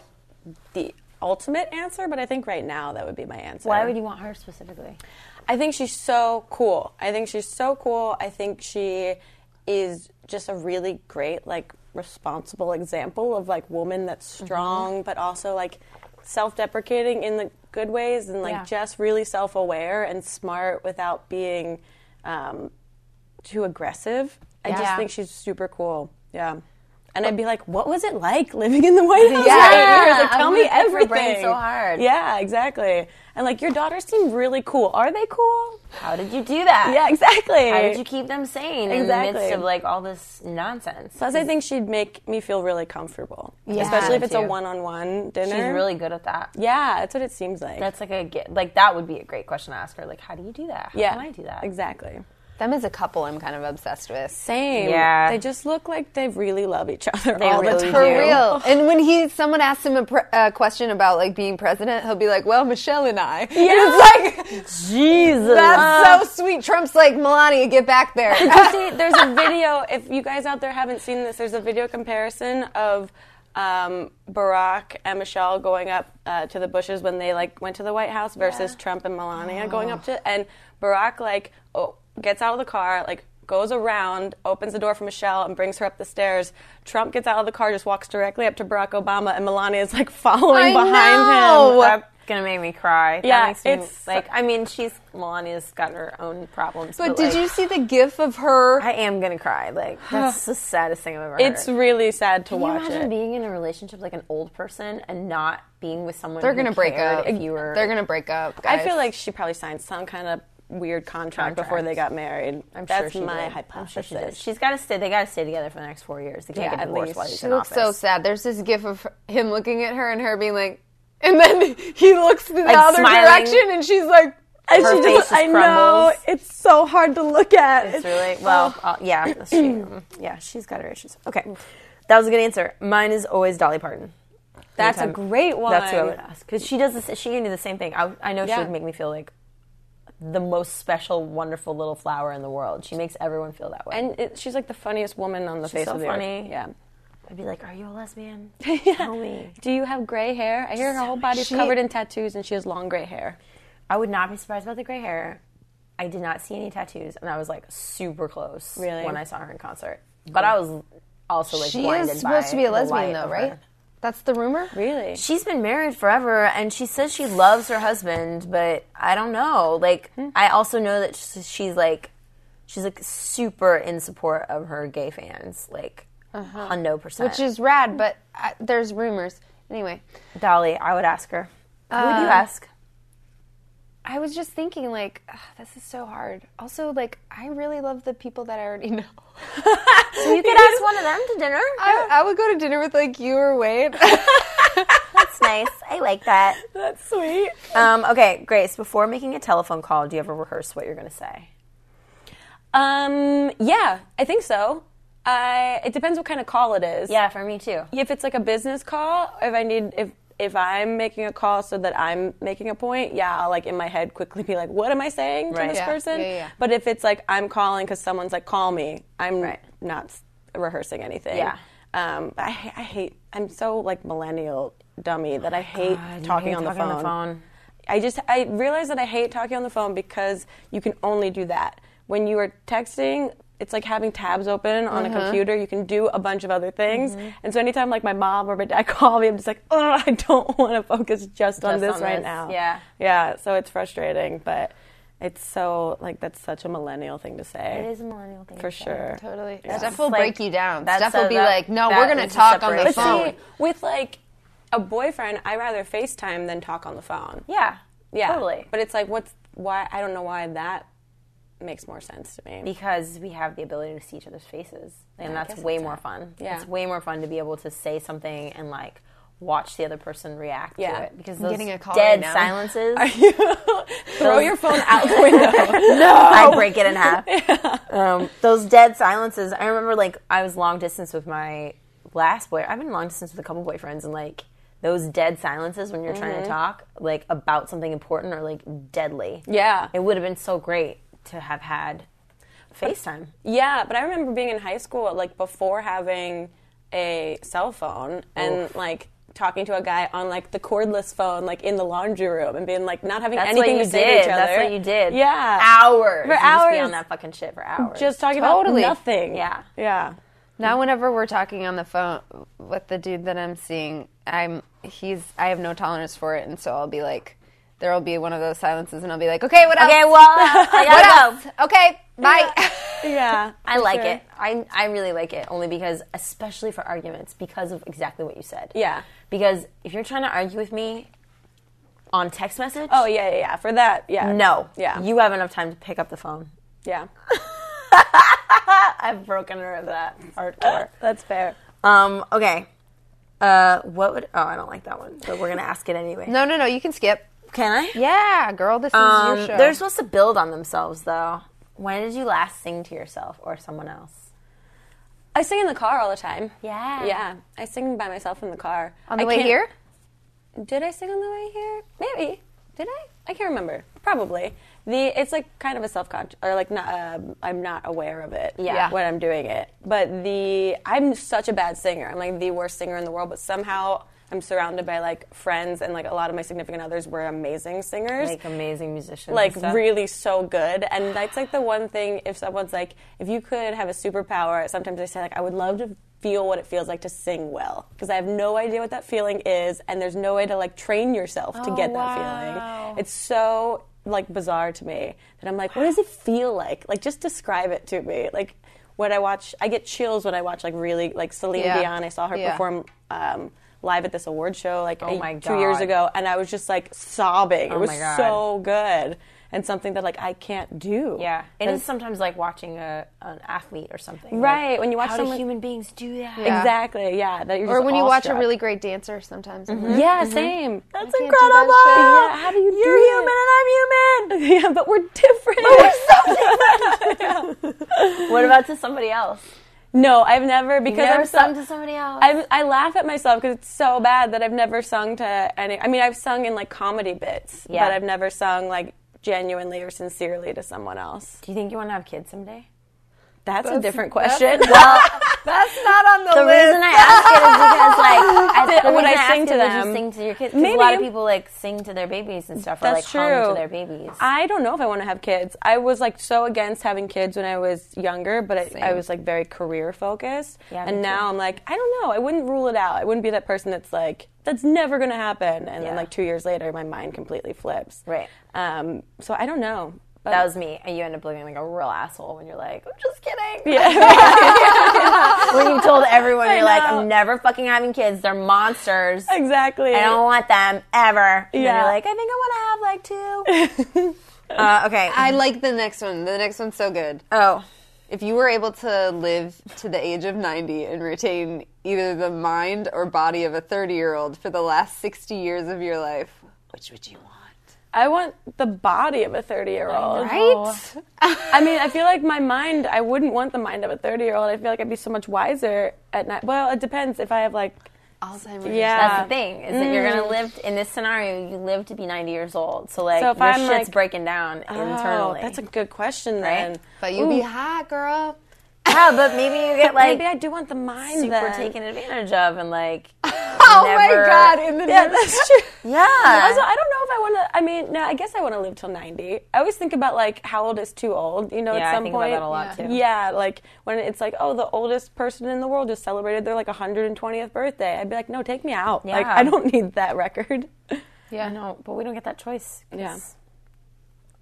Speaker 4: the ultimate answer, but I think right now that would be my answer.
Speaker 1: Why would you want her specifically?
Speaker 4: I think she's so cool. I think she's so cool. I think she is just a really great, like, responsible example of like woman that's
Speaker 1: Mm-hmm.
Speaker 4: strong, but also like self-deprecating in the good ways, and like
Speaker 1: Yeah.
Speaker 4: just really self-aware and smart without being um, too aggressive. I just
Speaker 1: Yeah.
Speaker 4: think she's super cool. Yeah. And I'd be like, what was it like living in the White House?
Speaker 1: Yeah,
Speaker 4: for eight years? Like,
Speaker 1: I
Speaker 4: tell
Speaker 1: wanna
Speaker 4: me
Speaker 1: pick her brain
Speaker 4: everything.
Speaker 1: so hard.
Speaker 4: Yeah, exactly. And like, your daughters seem really cool. Are they cool?
Speaker 1: How did you do that?
Speaker 4: Yeah, exactly.
Speaker 1: How did you keep them sane in the midst
Speaker 4: Exactly.
Speaker 1: of like all this nonsense?
Speaker 4: Plus, I think she'd make me feel really comfortable,
Speaker 1: Yeah,
Speaker 4: especially if it's a
Speaker 1: too.
Speaker 4: one-on-one dinner.
Speaker 1: She's really good at that.
Speaker 4: yeah, that's what it seems like.
Speaker 1: That's like a ge- like that would be a great question to ask her. Like, how do you do that? How
Speaker 4: yeah,
Speaker 1: can I do that?
Speaker 4: exactly.
Speaker 2: Them as a couple, I'm kind of obsessed with.
Speaker 4: Same.
Speaker 1: Yeah.
Speaker 4: they just look like they really love each other
Speaker 1: They
Speaker 4: all
Speaker 1: really do.
Speaker 4: the time.
Speaker 2: For real. And when he someone asks him a pre- uh, question about like being president, he'll be like, "Well, Michelle and I." Yeah. it's like
Speaker 1: Jesus. Uh.
Speaker 2: that's so sweet. Trump's like, "Melania, get back there."
Speaker 4: You see, there's a video. If you guys out there haven't seen this, there's a video comparison of um, Barack and Michelle going up uh, to the bushes when they like went to the White House versus Trump and Melania going up
Speaker 1: Oh.
Speaker 4: to. And Barack like oh, gets out of the car, like goes around, opens the door for Michelle, and brings her up the stairs. Trump gets out of the car, just walks directly up to Barack Obama, and Melania is like following
Speaker 2: I
Speaker 4: behind him.
Speaker 2: know.
Speaker 1: That's gonna make me cry. That
Speaker 4: Yeah,
Speaker 1: makes me,
Speaker 4: it's-
Speaker 1: like I mean, she's Melania's got her own problems. But,
Speaker 2: but did
Speaker 1: like,
Speaker 2: you see the gif of her?
Speaker 1: I am gonna cry. Like that's the saddest thing I've ever
Speaker 4: It's
Speaker 1: heard.
Speaker 4: really sad to
Speaker 1: Can you
Speaker 4: watch
Speaker 1: imagine
Speaker 4: it.
Speaker 1: being in a relationship like an old person and not being with someone?
Speaker 2: They're
Speaker 1: who
Speaker 2: gonna break
Speaker 1: cared
Speaker 2: up.
Speaker 1: If you were,
Speaker 2: They're gonna break up.
Speaker 4: I
Speaker 2: guys.
Speaker 4: feel like she probably signed some kind of weird contract, before they got married.
Speaker 1: I'm
Speaker 4: That's
Speaker 1: sure she
Speaker 4: my
Speaker 1: did.
Speaker 4: hypothesis.
Speaker 1: I'm sure she did. She's got to stay. They got to stay together for the next four years. They can't
Speaker 4: Yeah,
Speaker 1: get
Speaker 4: at
Speaker 1: divorced
Speaker 4: least.
Speaker 1: while he's
Speaker 2: She
Speaker 1: in
Speaker 2: looks so
Speaker 1: office.
Speaker 2: sad. There's this gif of her- him looking at her and her being like, and then he looks the
Speaker 1: Like,
Speaker 2: other
Speaker 1: smiling.
Speaker 2: direction and she's like,
Speaker 4: And
Speaker 2: Her
Speaker 4: she
Speaker 2: face
Speaker 4: just,
Speaker 2: is
Speaker 4: I know
Speaker 2: crumbles.
Speaker 4: it's so hard to look at. oh.
Speaker 1: It's really well. Uh, yeah, that's- she, mm, yeah, she's got her issues. Okay,
Speaker 4: Mm.
Speaker 1: that was a good answer. Mine is always Dolly Parton.
Speaker 4: That's a
Speaker 1: Anytime-
Speaker 4: great one.
Speaker 1: That's who I would ask because she does this. She can do the same thing. I, I know she
Speaker 4: Yeah.
Speaker 1: would make me feel like the most special, wonderful little flower in the world. She makes everyone feel that way.
Speaker 4: And it, she's like the funniest woman on the face
Speaker 1: so
Speaker 4: of the earth.
Speaker 1: funny.
Speaker 4: Yeah.
Speaker 1: I'd be like, "Are you a lesbian? Tell me."
Speaker 4: Do you have gray hair? I hear her whole body's covered in tattoos and she has long gray hair.
Speaker 1: I would not be surprised about the gray hair. I did not see any tattoos, and I was like super close
Speaker 4: Really?
Speaker 1: when I saw her in concert. But I was also like
Speaker 2: She
Speaker 1: blinded
Speaker 2: is supposed
Speaker 1: by
Speaker 2: to be a
Speaker 1: the
Speaker 2: lesbian,
Speaker 1: light
Speaker 2: though,
Speaker 1: of
Speaker 2: right?
Speaker 1: her.
Speaker 2: That's the rumor.
Speaker 4: Really?
Speaker 1: She's been married forever, and she says she loves her husband, but I don't know. Like,
Speaker 2: Hmm.
Speaker 1: I also know that sh- she's like, she's like super in support of her gay fans, like,
Speaker 2: Uh-huh.
Speaker 1: hundo percent.
Speaker 2: Which is rad, but uh, there's rumors. Anyway,
Speaker 1: Dolly. I would ask her. Who would you
Speaker 2: Uh,
Speaker 1: ask?
Speaker 2: I was just thinking, like, ugh, this is so hard. Also, like, I really love the people that I already know.
Speaker 1: You could ask one of them to dinner.
Speaker 2: I, I would go to dinner with like you or Wade.
Speaker 1: That's nice. I like that.
Speaker 4: That's sweet.
Speaker 1: Um, okay, Grace. Before making a telephone call, do you ever rehearse what you're going to say?
Speaker 4: Um, yeah, I think so. I it depends what kind of call it is.
Speaker 1: Yeah, for me too.
Speaker 4: If it's like a business call, if I need if if I'm making a call so that I'm making a point, yeah, I'll like in my head quickly be like, what am I saying to
Speaker 1: Right.
Speaker 4: this
Speaker 1: Yeah.
Speaker 4: person?
Speaker 2: Yeah, yeah, yeah.
Speaker 4: But if it's like I'm calling because someone's like, call me, I'm
Speaker 1: Right.
Speaker 4: not s- rehearsing anything.
Speaker 1: Yeah.
Speaker 4: Um, I, ha- I hate. I'm so like millennial dummy that I hate
Speaker 1: God, you
Speaker 4: talking,
Speaker 1: hate
Speaker 4: on, the
Speaker 1: talking on the phone.
Speaker 4: I just I realize that I hate talking on the phone because you can only do that. When you are texting, it's like having tabs open on
Speaker 1: Uh-huh.
Speaker 4: a computer. You can do a bunch of other things.
Speaker 1: Mm-hmm.
Speaker 4: And so anytime like my mom or my dad call me, I'm just like, oh, I don't want to focus just on
Speaker 1: Just
Speaker 4: this
Speaker 1: on
Speaker 4: right
Speaker 1: this,
Speaker 4: now.
Speaker 1: yeah.
Speaker 4: yeah. So it's frustrating, but it's so like that's such a millennial thing to say.
Speaker 1: It is a millennial thing
Speaker 4: for
Speaker 1: to say.
Speaker 4: sure.
Speaker 2: totally.
Speaker 4: Yeah.
Speaker 2: Steph will
Speaker 1: Like,
Speaker 2: break you down.
Speaker 1: that's
Speaker 2: Steph will
Speaker 1: a-
Speaker 2: be
Speaker 1: that-
Speaker 2: like, no,
Speaker 1: that
Speaker 2: we're going
Speaker 1: is
Speaker 2: to
Speaker 1: a
Speaker 2: talk on the
Speaker 1: separation.
Speaker 2: phone.
Speaker 4: See, with like a boyfriend, I rather FaceTime than talk on the phone.
Speaker 1: Yeah.
Speaker 4: Yeah.
Speaker 1: Totally.
Speaker 4: But it's like, what's why? I don't know why that makes more sense to me.
Speaker 1: because we have the ability to see each other's faces, and that's
Speaker 4: guess
Speaker 1: way
Speaker 4: that's
Speaker 1: more
Speaker 4: it.
Speaker 1: fun.
Speaker 4: Yeah.
Speaker 1: It's way more fun to be able to say something and like watch the other person react
Speaker 4: Yeah.
Speaker 1: to it because those
Speaker 2: getting a call
Speaker 1: dead
Speaker 2: right now.
Speaker 1: silences,
Speaker 4: Throw your phone out the window.
Speaker 1: I break it in half. um, those dead silences. I remember like I was long distance with my last boy. I've been long distance with a couple boyfriends, and like those dead silences when you're trying to talk like about something important or like deadly.
Speaker 4: Yeah.
Speaker 1: It would have been so great to have had FaceTime.
Speaker 4: yeah, but I remember being in high school, like before having a cell phone and like talking to a guy on like the cordless phone, like in the laundry room, and being like not having
Speaker 1: That's
Speaker 4: anything
Speaker 1: what
Speaker 4: to
Speaker 1: you
Speaker 4: say
Speaker 1: did.
Speaker 4: to each other.
Speaker 1: That's what you did.
Speaker 4: Yeah.
Speaker 1: Hours.
Speaker 4: For
Speaker 1: You just be
Speaker 4: hours.
Speaker 1: on that fucking shit for hours.
Speaker 4: Just talking
Speaker 2: Totally.
Speaker 4: about nothing.
Speaker 1: Yeah.
Speaker 4: Yeah.
Speaker 2: Now, whenever we're talking on the phone with the dude that I'm seeing, I'm he's I have no tolerance for it, and so I'll be like, there will be one of those silences, and I'll be like, okay, what else?
Speaker 1: okay. Well, uh, I
Speaker 2: what
Speaker 1: gotta go.
Speaker 2: else? Okay, bye.
Speaker 4: Yeah.
Speaker 1: I like
Speaker 4: sure.
Speaker 1: it. I I really like it only because, especially for arguments, because of exactly what you said.
Speaker 4: Yeah.
Speaker 1: Because if you're trying to argue with me on text message,
Speaker 4: Oh yeah, yeah, yeah. For that, yeah.
Speaker 1: no,
Speaker 4: Yeah.
Speaker 1: you have enough time to pick up the phone.
Speaker 4: yeah.
Speaker 1: I've broken her of that hardcore.
Speaker 4: That's fair.
Speaker 1: um. Okay. Uh. What would? Oh, I don't like that one. But we're gonna ask it anyway.
Speaker 2: no, no, no, you can skip.
Speaker 1: Can I?
Speaker 2: Yeah, girl, this is
Speaker 1: Um,
Speaker 2: your show.
Speaker 1: they're supposed to build on themselves, though. When did you last sing to yourself or someone else?
Speaker 4: I sing in the car all the time.
Speaker 1: Yeah.
Speaker 4: Yeah. I sing by myself in the car.
Speaker 2: on the
Speaker 4: I
Speaker 2: way
Speaker 4: can't-
Speaker 2: here.
Speaker 4: Did I sing on the way here? Maybe. Did I? I can't remember. Probably. The it's like kind of a self conscious or like not. um I'm not aware of it.
Speaker 1: Yeah.
Speaker 4: When I'm doing it, but the I'm such a bad singer. I'm like the worst singer in the world. But somehow I'm surrounded by like friends and like a lot of my significant others were amazing singers.
Speaker 1: Like amazing musicians.
Speaker 4: like
Speaker 1: and stuff?
Speaker 4: really so good and that's like the one thing if someone's like if you could have a superpower sometimes i say like i would love to feel what it feels like to sing well because i have no idea what that feeling is and there's no way to like train yourself to get that feeling it's so like bizarre to me that i'm like what does it feel like like just describe it to me like when i watch i get chills when i watch like really like celine
Speaker 2: Yeah.
Speaker 4: dion i saw her
Speaker 2: Yeah.
Speaker 4: perform um, live at this award show like
Speaker 1: Oh
Speaker 4: a-
Speaker 1: my
Speaker 4: two years
Speaker 1: God. Oh
Speaker 4: ago and i was just like sobbing it was
Speaker 1: my God.
Speaker 4: so good. and something that like I can't do.
Speaker 1: Yeah, it
Speaker 4: And-
Speaker 1: is sometimes like watching a an athlete or something.
Speaker 4: Right,
Speaker 1: Like,
Speaker 4: when you watch
Speaker 1: how
Speaker 4: someone-
Speaker 1: do human beings do that?
Speaker 4: Exactly. Yeah. That you're
Speaker 2: or
Speaker 4: just
Speaker 2: when you watch a
Speaker 4: awestruck.
Speaker 2: really great dancer sometimes. Mm-hmm.
Speaker 4: yeah, same.
Speaker 1: That's
Speaker 2: can't do that
Speaker 1: incredible.
Speaker 4: Yeah, how do you?
Speaker 1: You're
Speaker 4: do
Speaker 1: human
Speaker 4: it? and I'm human. yeah, but we're different.
Speaker 1: What about to somebody else?
Speaker 4: No, I've never because
Speaker 1: Never
Speaker 4: I'm so,
Speaker 1: sung to somebody else.
Speaker 4: I, I laugh at myself because it's so bad that I've never sung to any. I mean, I've sung in like comedy bits,
Speaker 1: Yeah.
Speaker 4: but I've never sung like genuinely or sincerely to someone else.
Speaker 1: do you think you want to have kids someday?
Speaker 4: That's, a different question.
Speaker 5: That's not on the,
Speaker 1: The
Speaker 5: list.
Speaker 1: reason I ask it is because, like, I, the
Speaker 4: Would
Speaker 1: reason
Speaker 4: I
Speaker 1: ask
Speaker 4: sing
Speaker 1: it
Speaker 4: to
Speaker 1: is
Speaker 4: them?
Speaker 1: You sing to your kids. 'Cause
Speaker 4: Maybe.
Speaker 1: A lot of people like sing to their babies and stuff, or like
Speaker 4: That's
Speaker 1: hum
Speaker 4: true.
Speaker 1: to their babies.
Speaker 4: I don't know if I want to have kids. I was like so against having kids when I was younger, but I, I was like very career focused.
Speaker 1: Yeah, me
Speaker 4: and now
Speaker 1: too.
Speaker 4: I'm like, I don't know. I wouldn't rule it out. I wouldn't be that person that's like, that's never going to happen. And
Speaker 1: Yeah.
Speaker 4: then like two years later, my mind completely flips.
Speaker 1: Right.
Speaker 4: Um, so I don't know. But
Speaker 1: that was me. And you end up looking like a real asshole when you're like, I'm just kidding. when you told everyone, you're like,
Speaker 4: know.
Speaker 1: I'm never fucking having kids. They're monsters.
Speaker 4: exactly.
Speaker 1: I don't want them ever. And then
Speaker 4: Yeah.
Speaker 1: you're like, I think I want to have like two. uh, okay.
Speaker 2: I like the next one. The next one's so good.
Speaker 1: oh.
Speaker 2: If you were able to live to the age of 90 and retain either the mind or body of a 30 year old for the last 60 years of your life, which would you want?
Speaker 4: I want the body of a 30 year old.
Speaker 2: Right?
Speaker 4: I mean, I feel like my mind, I wouldn't want the mind of a 30 year old. I feel like I'd be so much wiser at night. Well, it depends if I have like.
Speaker 2: Alzheimer's.
Speaker 4: Yeah.
Speaker 1: That's the thing is that you're gonna live in this scenario. You live to be 90 years old, so like
Speaker 4: So if
Speaker 1: your
Speaker 4: I'm,
Speaker 1: shit's
Speaker 4: like-
Speaker 1: breaking down internally.
Speaker 4: Oh, that's a good question
Speaker 1: Right?
Speaker 4: then.
Speaker 2: But you'd be hot, girl.
Speaker 1: yeah, but maybe you get like
Speaker 4: Maybe I do want the mind
Speaker 1: super
Speaker 4: then.
Speaker 1: taken advantage of and like.
Speaker 2: Oh
Speaker 1: Never-
Speaker 2: my God. In the
Speaker 4: Yeah, that's true.
Speaker 1: Yeah.
Speaker 4: Also, I don't know if I want to. I mean, no, I guess I want to live till ninety. I always think about like how old is too old. You know,
Speaker 1: Yeah, I
Speaker 4: at some
Speaker 1: think about
Speaker 4: point.
Speaker 1: that a lot, Yeah. too.
Speaker 4: Yeah, like when it's like, oh, the oldest person in the world just celebrated their like hundred and twentieth birthday. I'd be like, no, take me out. Like,
Speaker 1: Yeah.
Speaker 4: I don't need that record.
Speaker 1: yeah, no, but we don't get that choice. 'cause
Speaker 4: Yeah.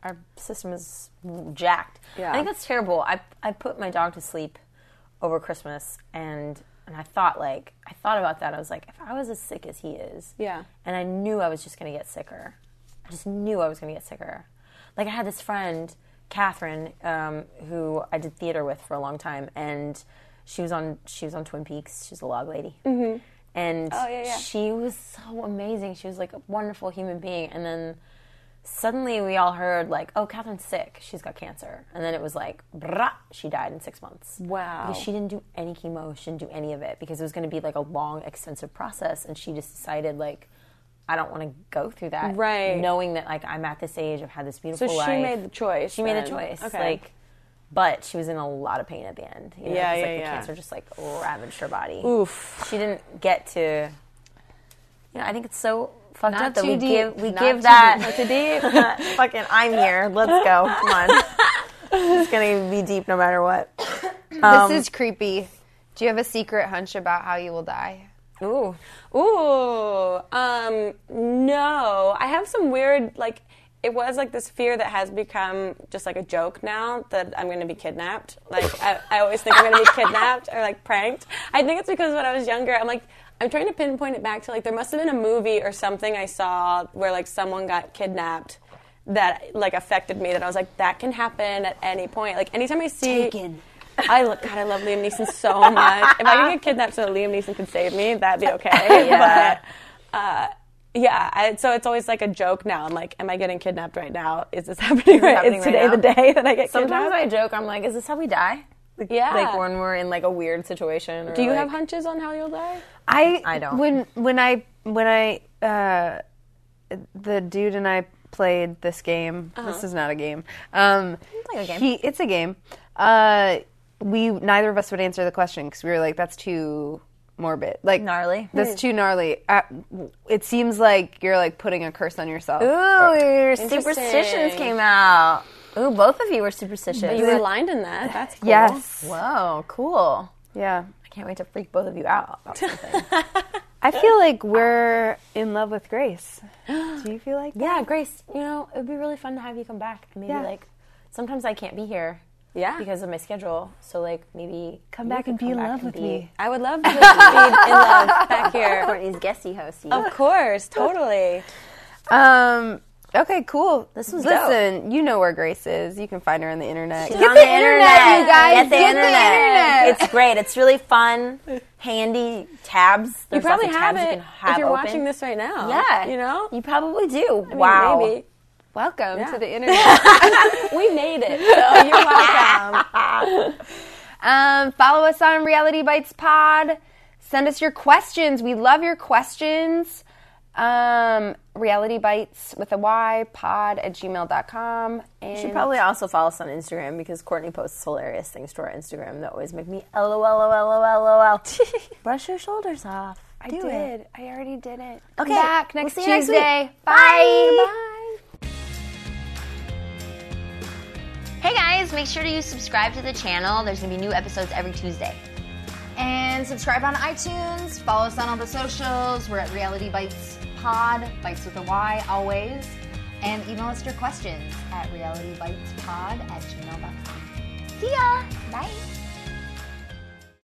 Speaker 1: our system is jacked.
Speaker 4: Yeah.
Speaker 1: I think that's terrible. I I put my dog to sleep over Christmas and. And I thought, like, I thought about that. I was like, if I was as sick as he is,
Speaker 4: Yeah.
Speaker 1: and I knew I was just going to get sicker. I just knew I was going to get sicker. Like I had this friend, Catherine, um, who I did theater with for a long time, and she was on she was on Twin Peaks. She's a log lady, mm-hmm. and
Speaker 4: Oh, yeah, yeah.
Speaker 1: she was so amazing. She was like a wonderful human being, and then suddenly we all heard like, "Oh, Catherine's sick. She's got cancer," and then it was like, brah, "She died in six months."
Speaker 4: Wow.
Speaker 1: Because she didn't do any chemo. She didn't do any of it because it was going to be like a long, extensive process, and she just decided like, "I don't want to go through that."
Speaker 4: Right.
Speaker 1: Knowing that like I'm at this age, I've had this beautiful
Speaker 4: she
Speaker 1: life.
Speaker 4: made the choice
Speaker 1: She made the
Speaker 4: then.
Speaker 1: choice.
Speaker 4: Okay.
Speaker 1: Like. But she was in a lot of pain at the end. You know,
Speaker 4: Yeah,
Speaker 1: 'cause,
Speaker 4: yeah,
Speaker 1: like, The
Speaker 4: yeah.
Speaker 1: cancer just like ravaged her body.
Speaker 4: Oof.
Speaker 1: She didn't get to. You know, I think it's so fucked
Speaker 2: Not
Speaker 1: up that
Speaker 2: too
Speaker 1: we
Speaker 2: deep.
Speaker 1: give we
Speaker 2: Not
Speaker 1: give
Speaker 2: too
Speaker 1: that fucking I'm here. Let's go. Come on. it's gonna be deep no matter what.
Speaker 2: this is creepy. Do you have a secret hunch about how you will die?
Speaker 1: Ooh.
Speaker 4: Ooh, um, no. I have some weird, like, it was like this fear that has become just like a joke now that I'm going to be kidnapped. Like, I, I always think I'm going to be kidnapped or like pranked. I think it's because when I was younger, I'm like, I'm trying to pinpoint it back to like there must have been a movie or something I saw where like someone got kidnapped that like affected me that I was like that can happen at any point. Like anytime I see
Speaker 6: Taken.
Speaker 4: I look, God, I love Liam Neeson so much. if I could get kidnapped so that Liam Neeson could save me, that'd be okay.
Speaker 1: Yeah.
Speaker 4: But, uh, yeah. I, so it's always like a joke now. I'm like, am I getting kidnapped right now? Is this happening right?
Speaker 1: happening
Speaker 4: is
Speaker 1: right
Speaker 4: today
Speaker 1: now?
Speaker 4: the day that I get
Speaker 1: Sometimes I
Speaker 4: kidnapped?
Speaker 1: joke, I'm like, is this how we die? Like,
Speaker 4: Yeah.
Speaker 1: Like when we're in like a weird situation. Or
Speaker 4: Do you
Speaker 1: like,
Speaker 4: have hunches on how you'll die?
Speaker 2: I
Speaker 1: I don't.
Speaker 2: When when I when I uh, the dude and I played this game. This is not a game. Um, it's
Speaker 1: Uh-huh. like a game.
Speaker 2: He, it's a game. Uh, we neither of us would answer the question because we were like, that's too morbid, like
Speaker 1: Gnarly.
Speaker 2: That's too gnarly. Uh, it seems like you're like putting a curse on yourself.
Speaker 1: Ooh, your superstitions
Speaker 4: Interesting.
Speaker 1: came out. Ooh, both of you were superstitious.
Speaker 4: You were lined in that. That's cool.
Speaker 2: Yes.
Speaker 1: Whoa, cool.
Speaker 2: Yeah.
Speaker 1: I can't wait to freak both of you out about something.
Speaker 2: I feel like we're in love with Grace. Do you feel like that?
Speaker 1: yeah, Grace, you know, it would be really fun to have you come back. And maybe
Speaker 2: Yeah.
Speaker 1: like sometimes I can't be here.
Speaker 4: Yeah.
Speaker 1: Because of my schedule. So like maybe
Speaker 2: Come
Speaker 1: you
Speaker 2: back
Speaker 1: could
Speaker 2: and be
Speaker 1: come
Speaker 2: in
Speaker 1: back
Speaker 2: love
Speaker 1: and
Speaker 2: with
Speaker 1: be
Speaker 2: me.
Speaker 4: I would love to be in love back here.
Speaker 1: Courtney's guesty host. you.
Speaker 4: Of course, totally.
Speaker 2: Um, Okay, cool.
Speaker 1: This was dope.
Speaker 2: Listen, you know where Grace is. You can find her on the internet.
Speaker 1: Get
Speaker 2: Get
Speaker 1: on
Speaker 2: the,
Speaker 1: the
Speaker 2: internet, you guys.
Speaker 1: Get the, internet.
Speaker 2: internet.
Speaker 1: It's great. It's really fun. Handy tabs.
Speaker 4: You
Speaker 1: There's
Speaker 4: probably
Speaker 1: lots of
Speaker 4: have
Speaker 1: tabs
Speaker 4: it
Speaker 1: you can have
Speaker 4: if you're
Speaker 1: open.
Speaker 4: watching this right now.
Speaker 1: Yeah.
Speaker 4: You know?
Speaker 1: You probably do.
Speaker 4: I mean,
Speaker 1: wow.
Speaker 4: Maybe.
Speaker 2: Welcome
Speaker 4: Yeah.
Speaker 2: to the internet.
Speaker 4: We made it. So you're welcome.
Speaker 2: um, follow us on Reality Bites Pod. Send us your questions. We love your questions. Um, Reality Bites with a Y pod at gmail.com. And
Speaker 1: You should probably also follow us on Instagram because Courtney posts hilarious things to our Instagram that always make me lololololol. Brush your shoulders off.
Speaker 2: I did.
Speaker 1: it.
Speaker 2: I already did
Speaker 1: Okay.
Speaker 2: it. Come back
Speaker 1: We'll
Speaker 2: next
Speaker 1: see you next
Speaker 2: Tuesday.
Speaker 1: week. Bye.
Speaker 2: Bye. Bye.
Speaker 8: Hey guys, make sure to you subscribe to the channel. There's gonna be new episodes every Tuesday.
Speaker 9: And subscribe on iTunes. Follow us on all the socials. We're at Reality Bites Pod, Bites with a Y always. And email us your questions at realitybitespod at gmail.com. See ya! Bye!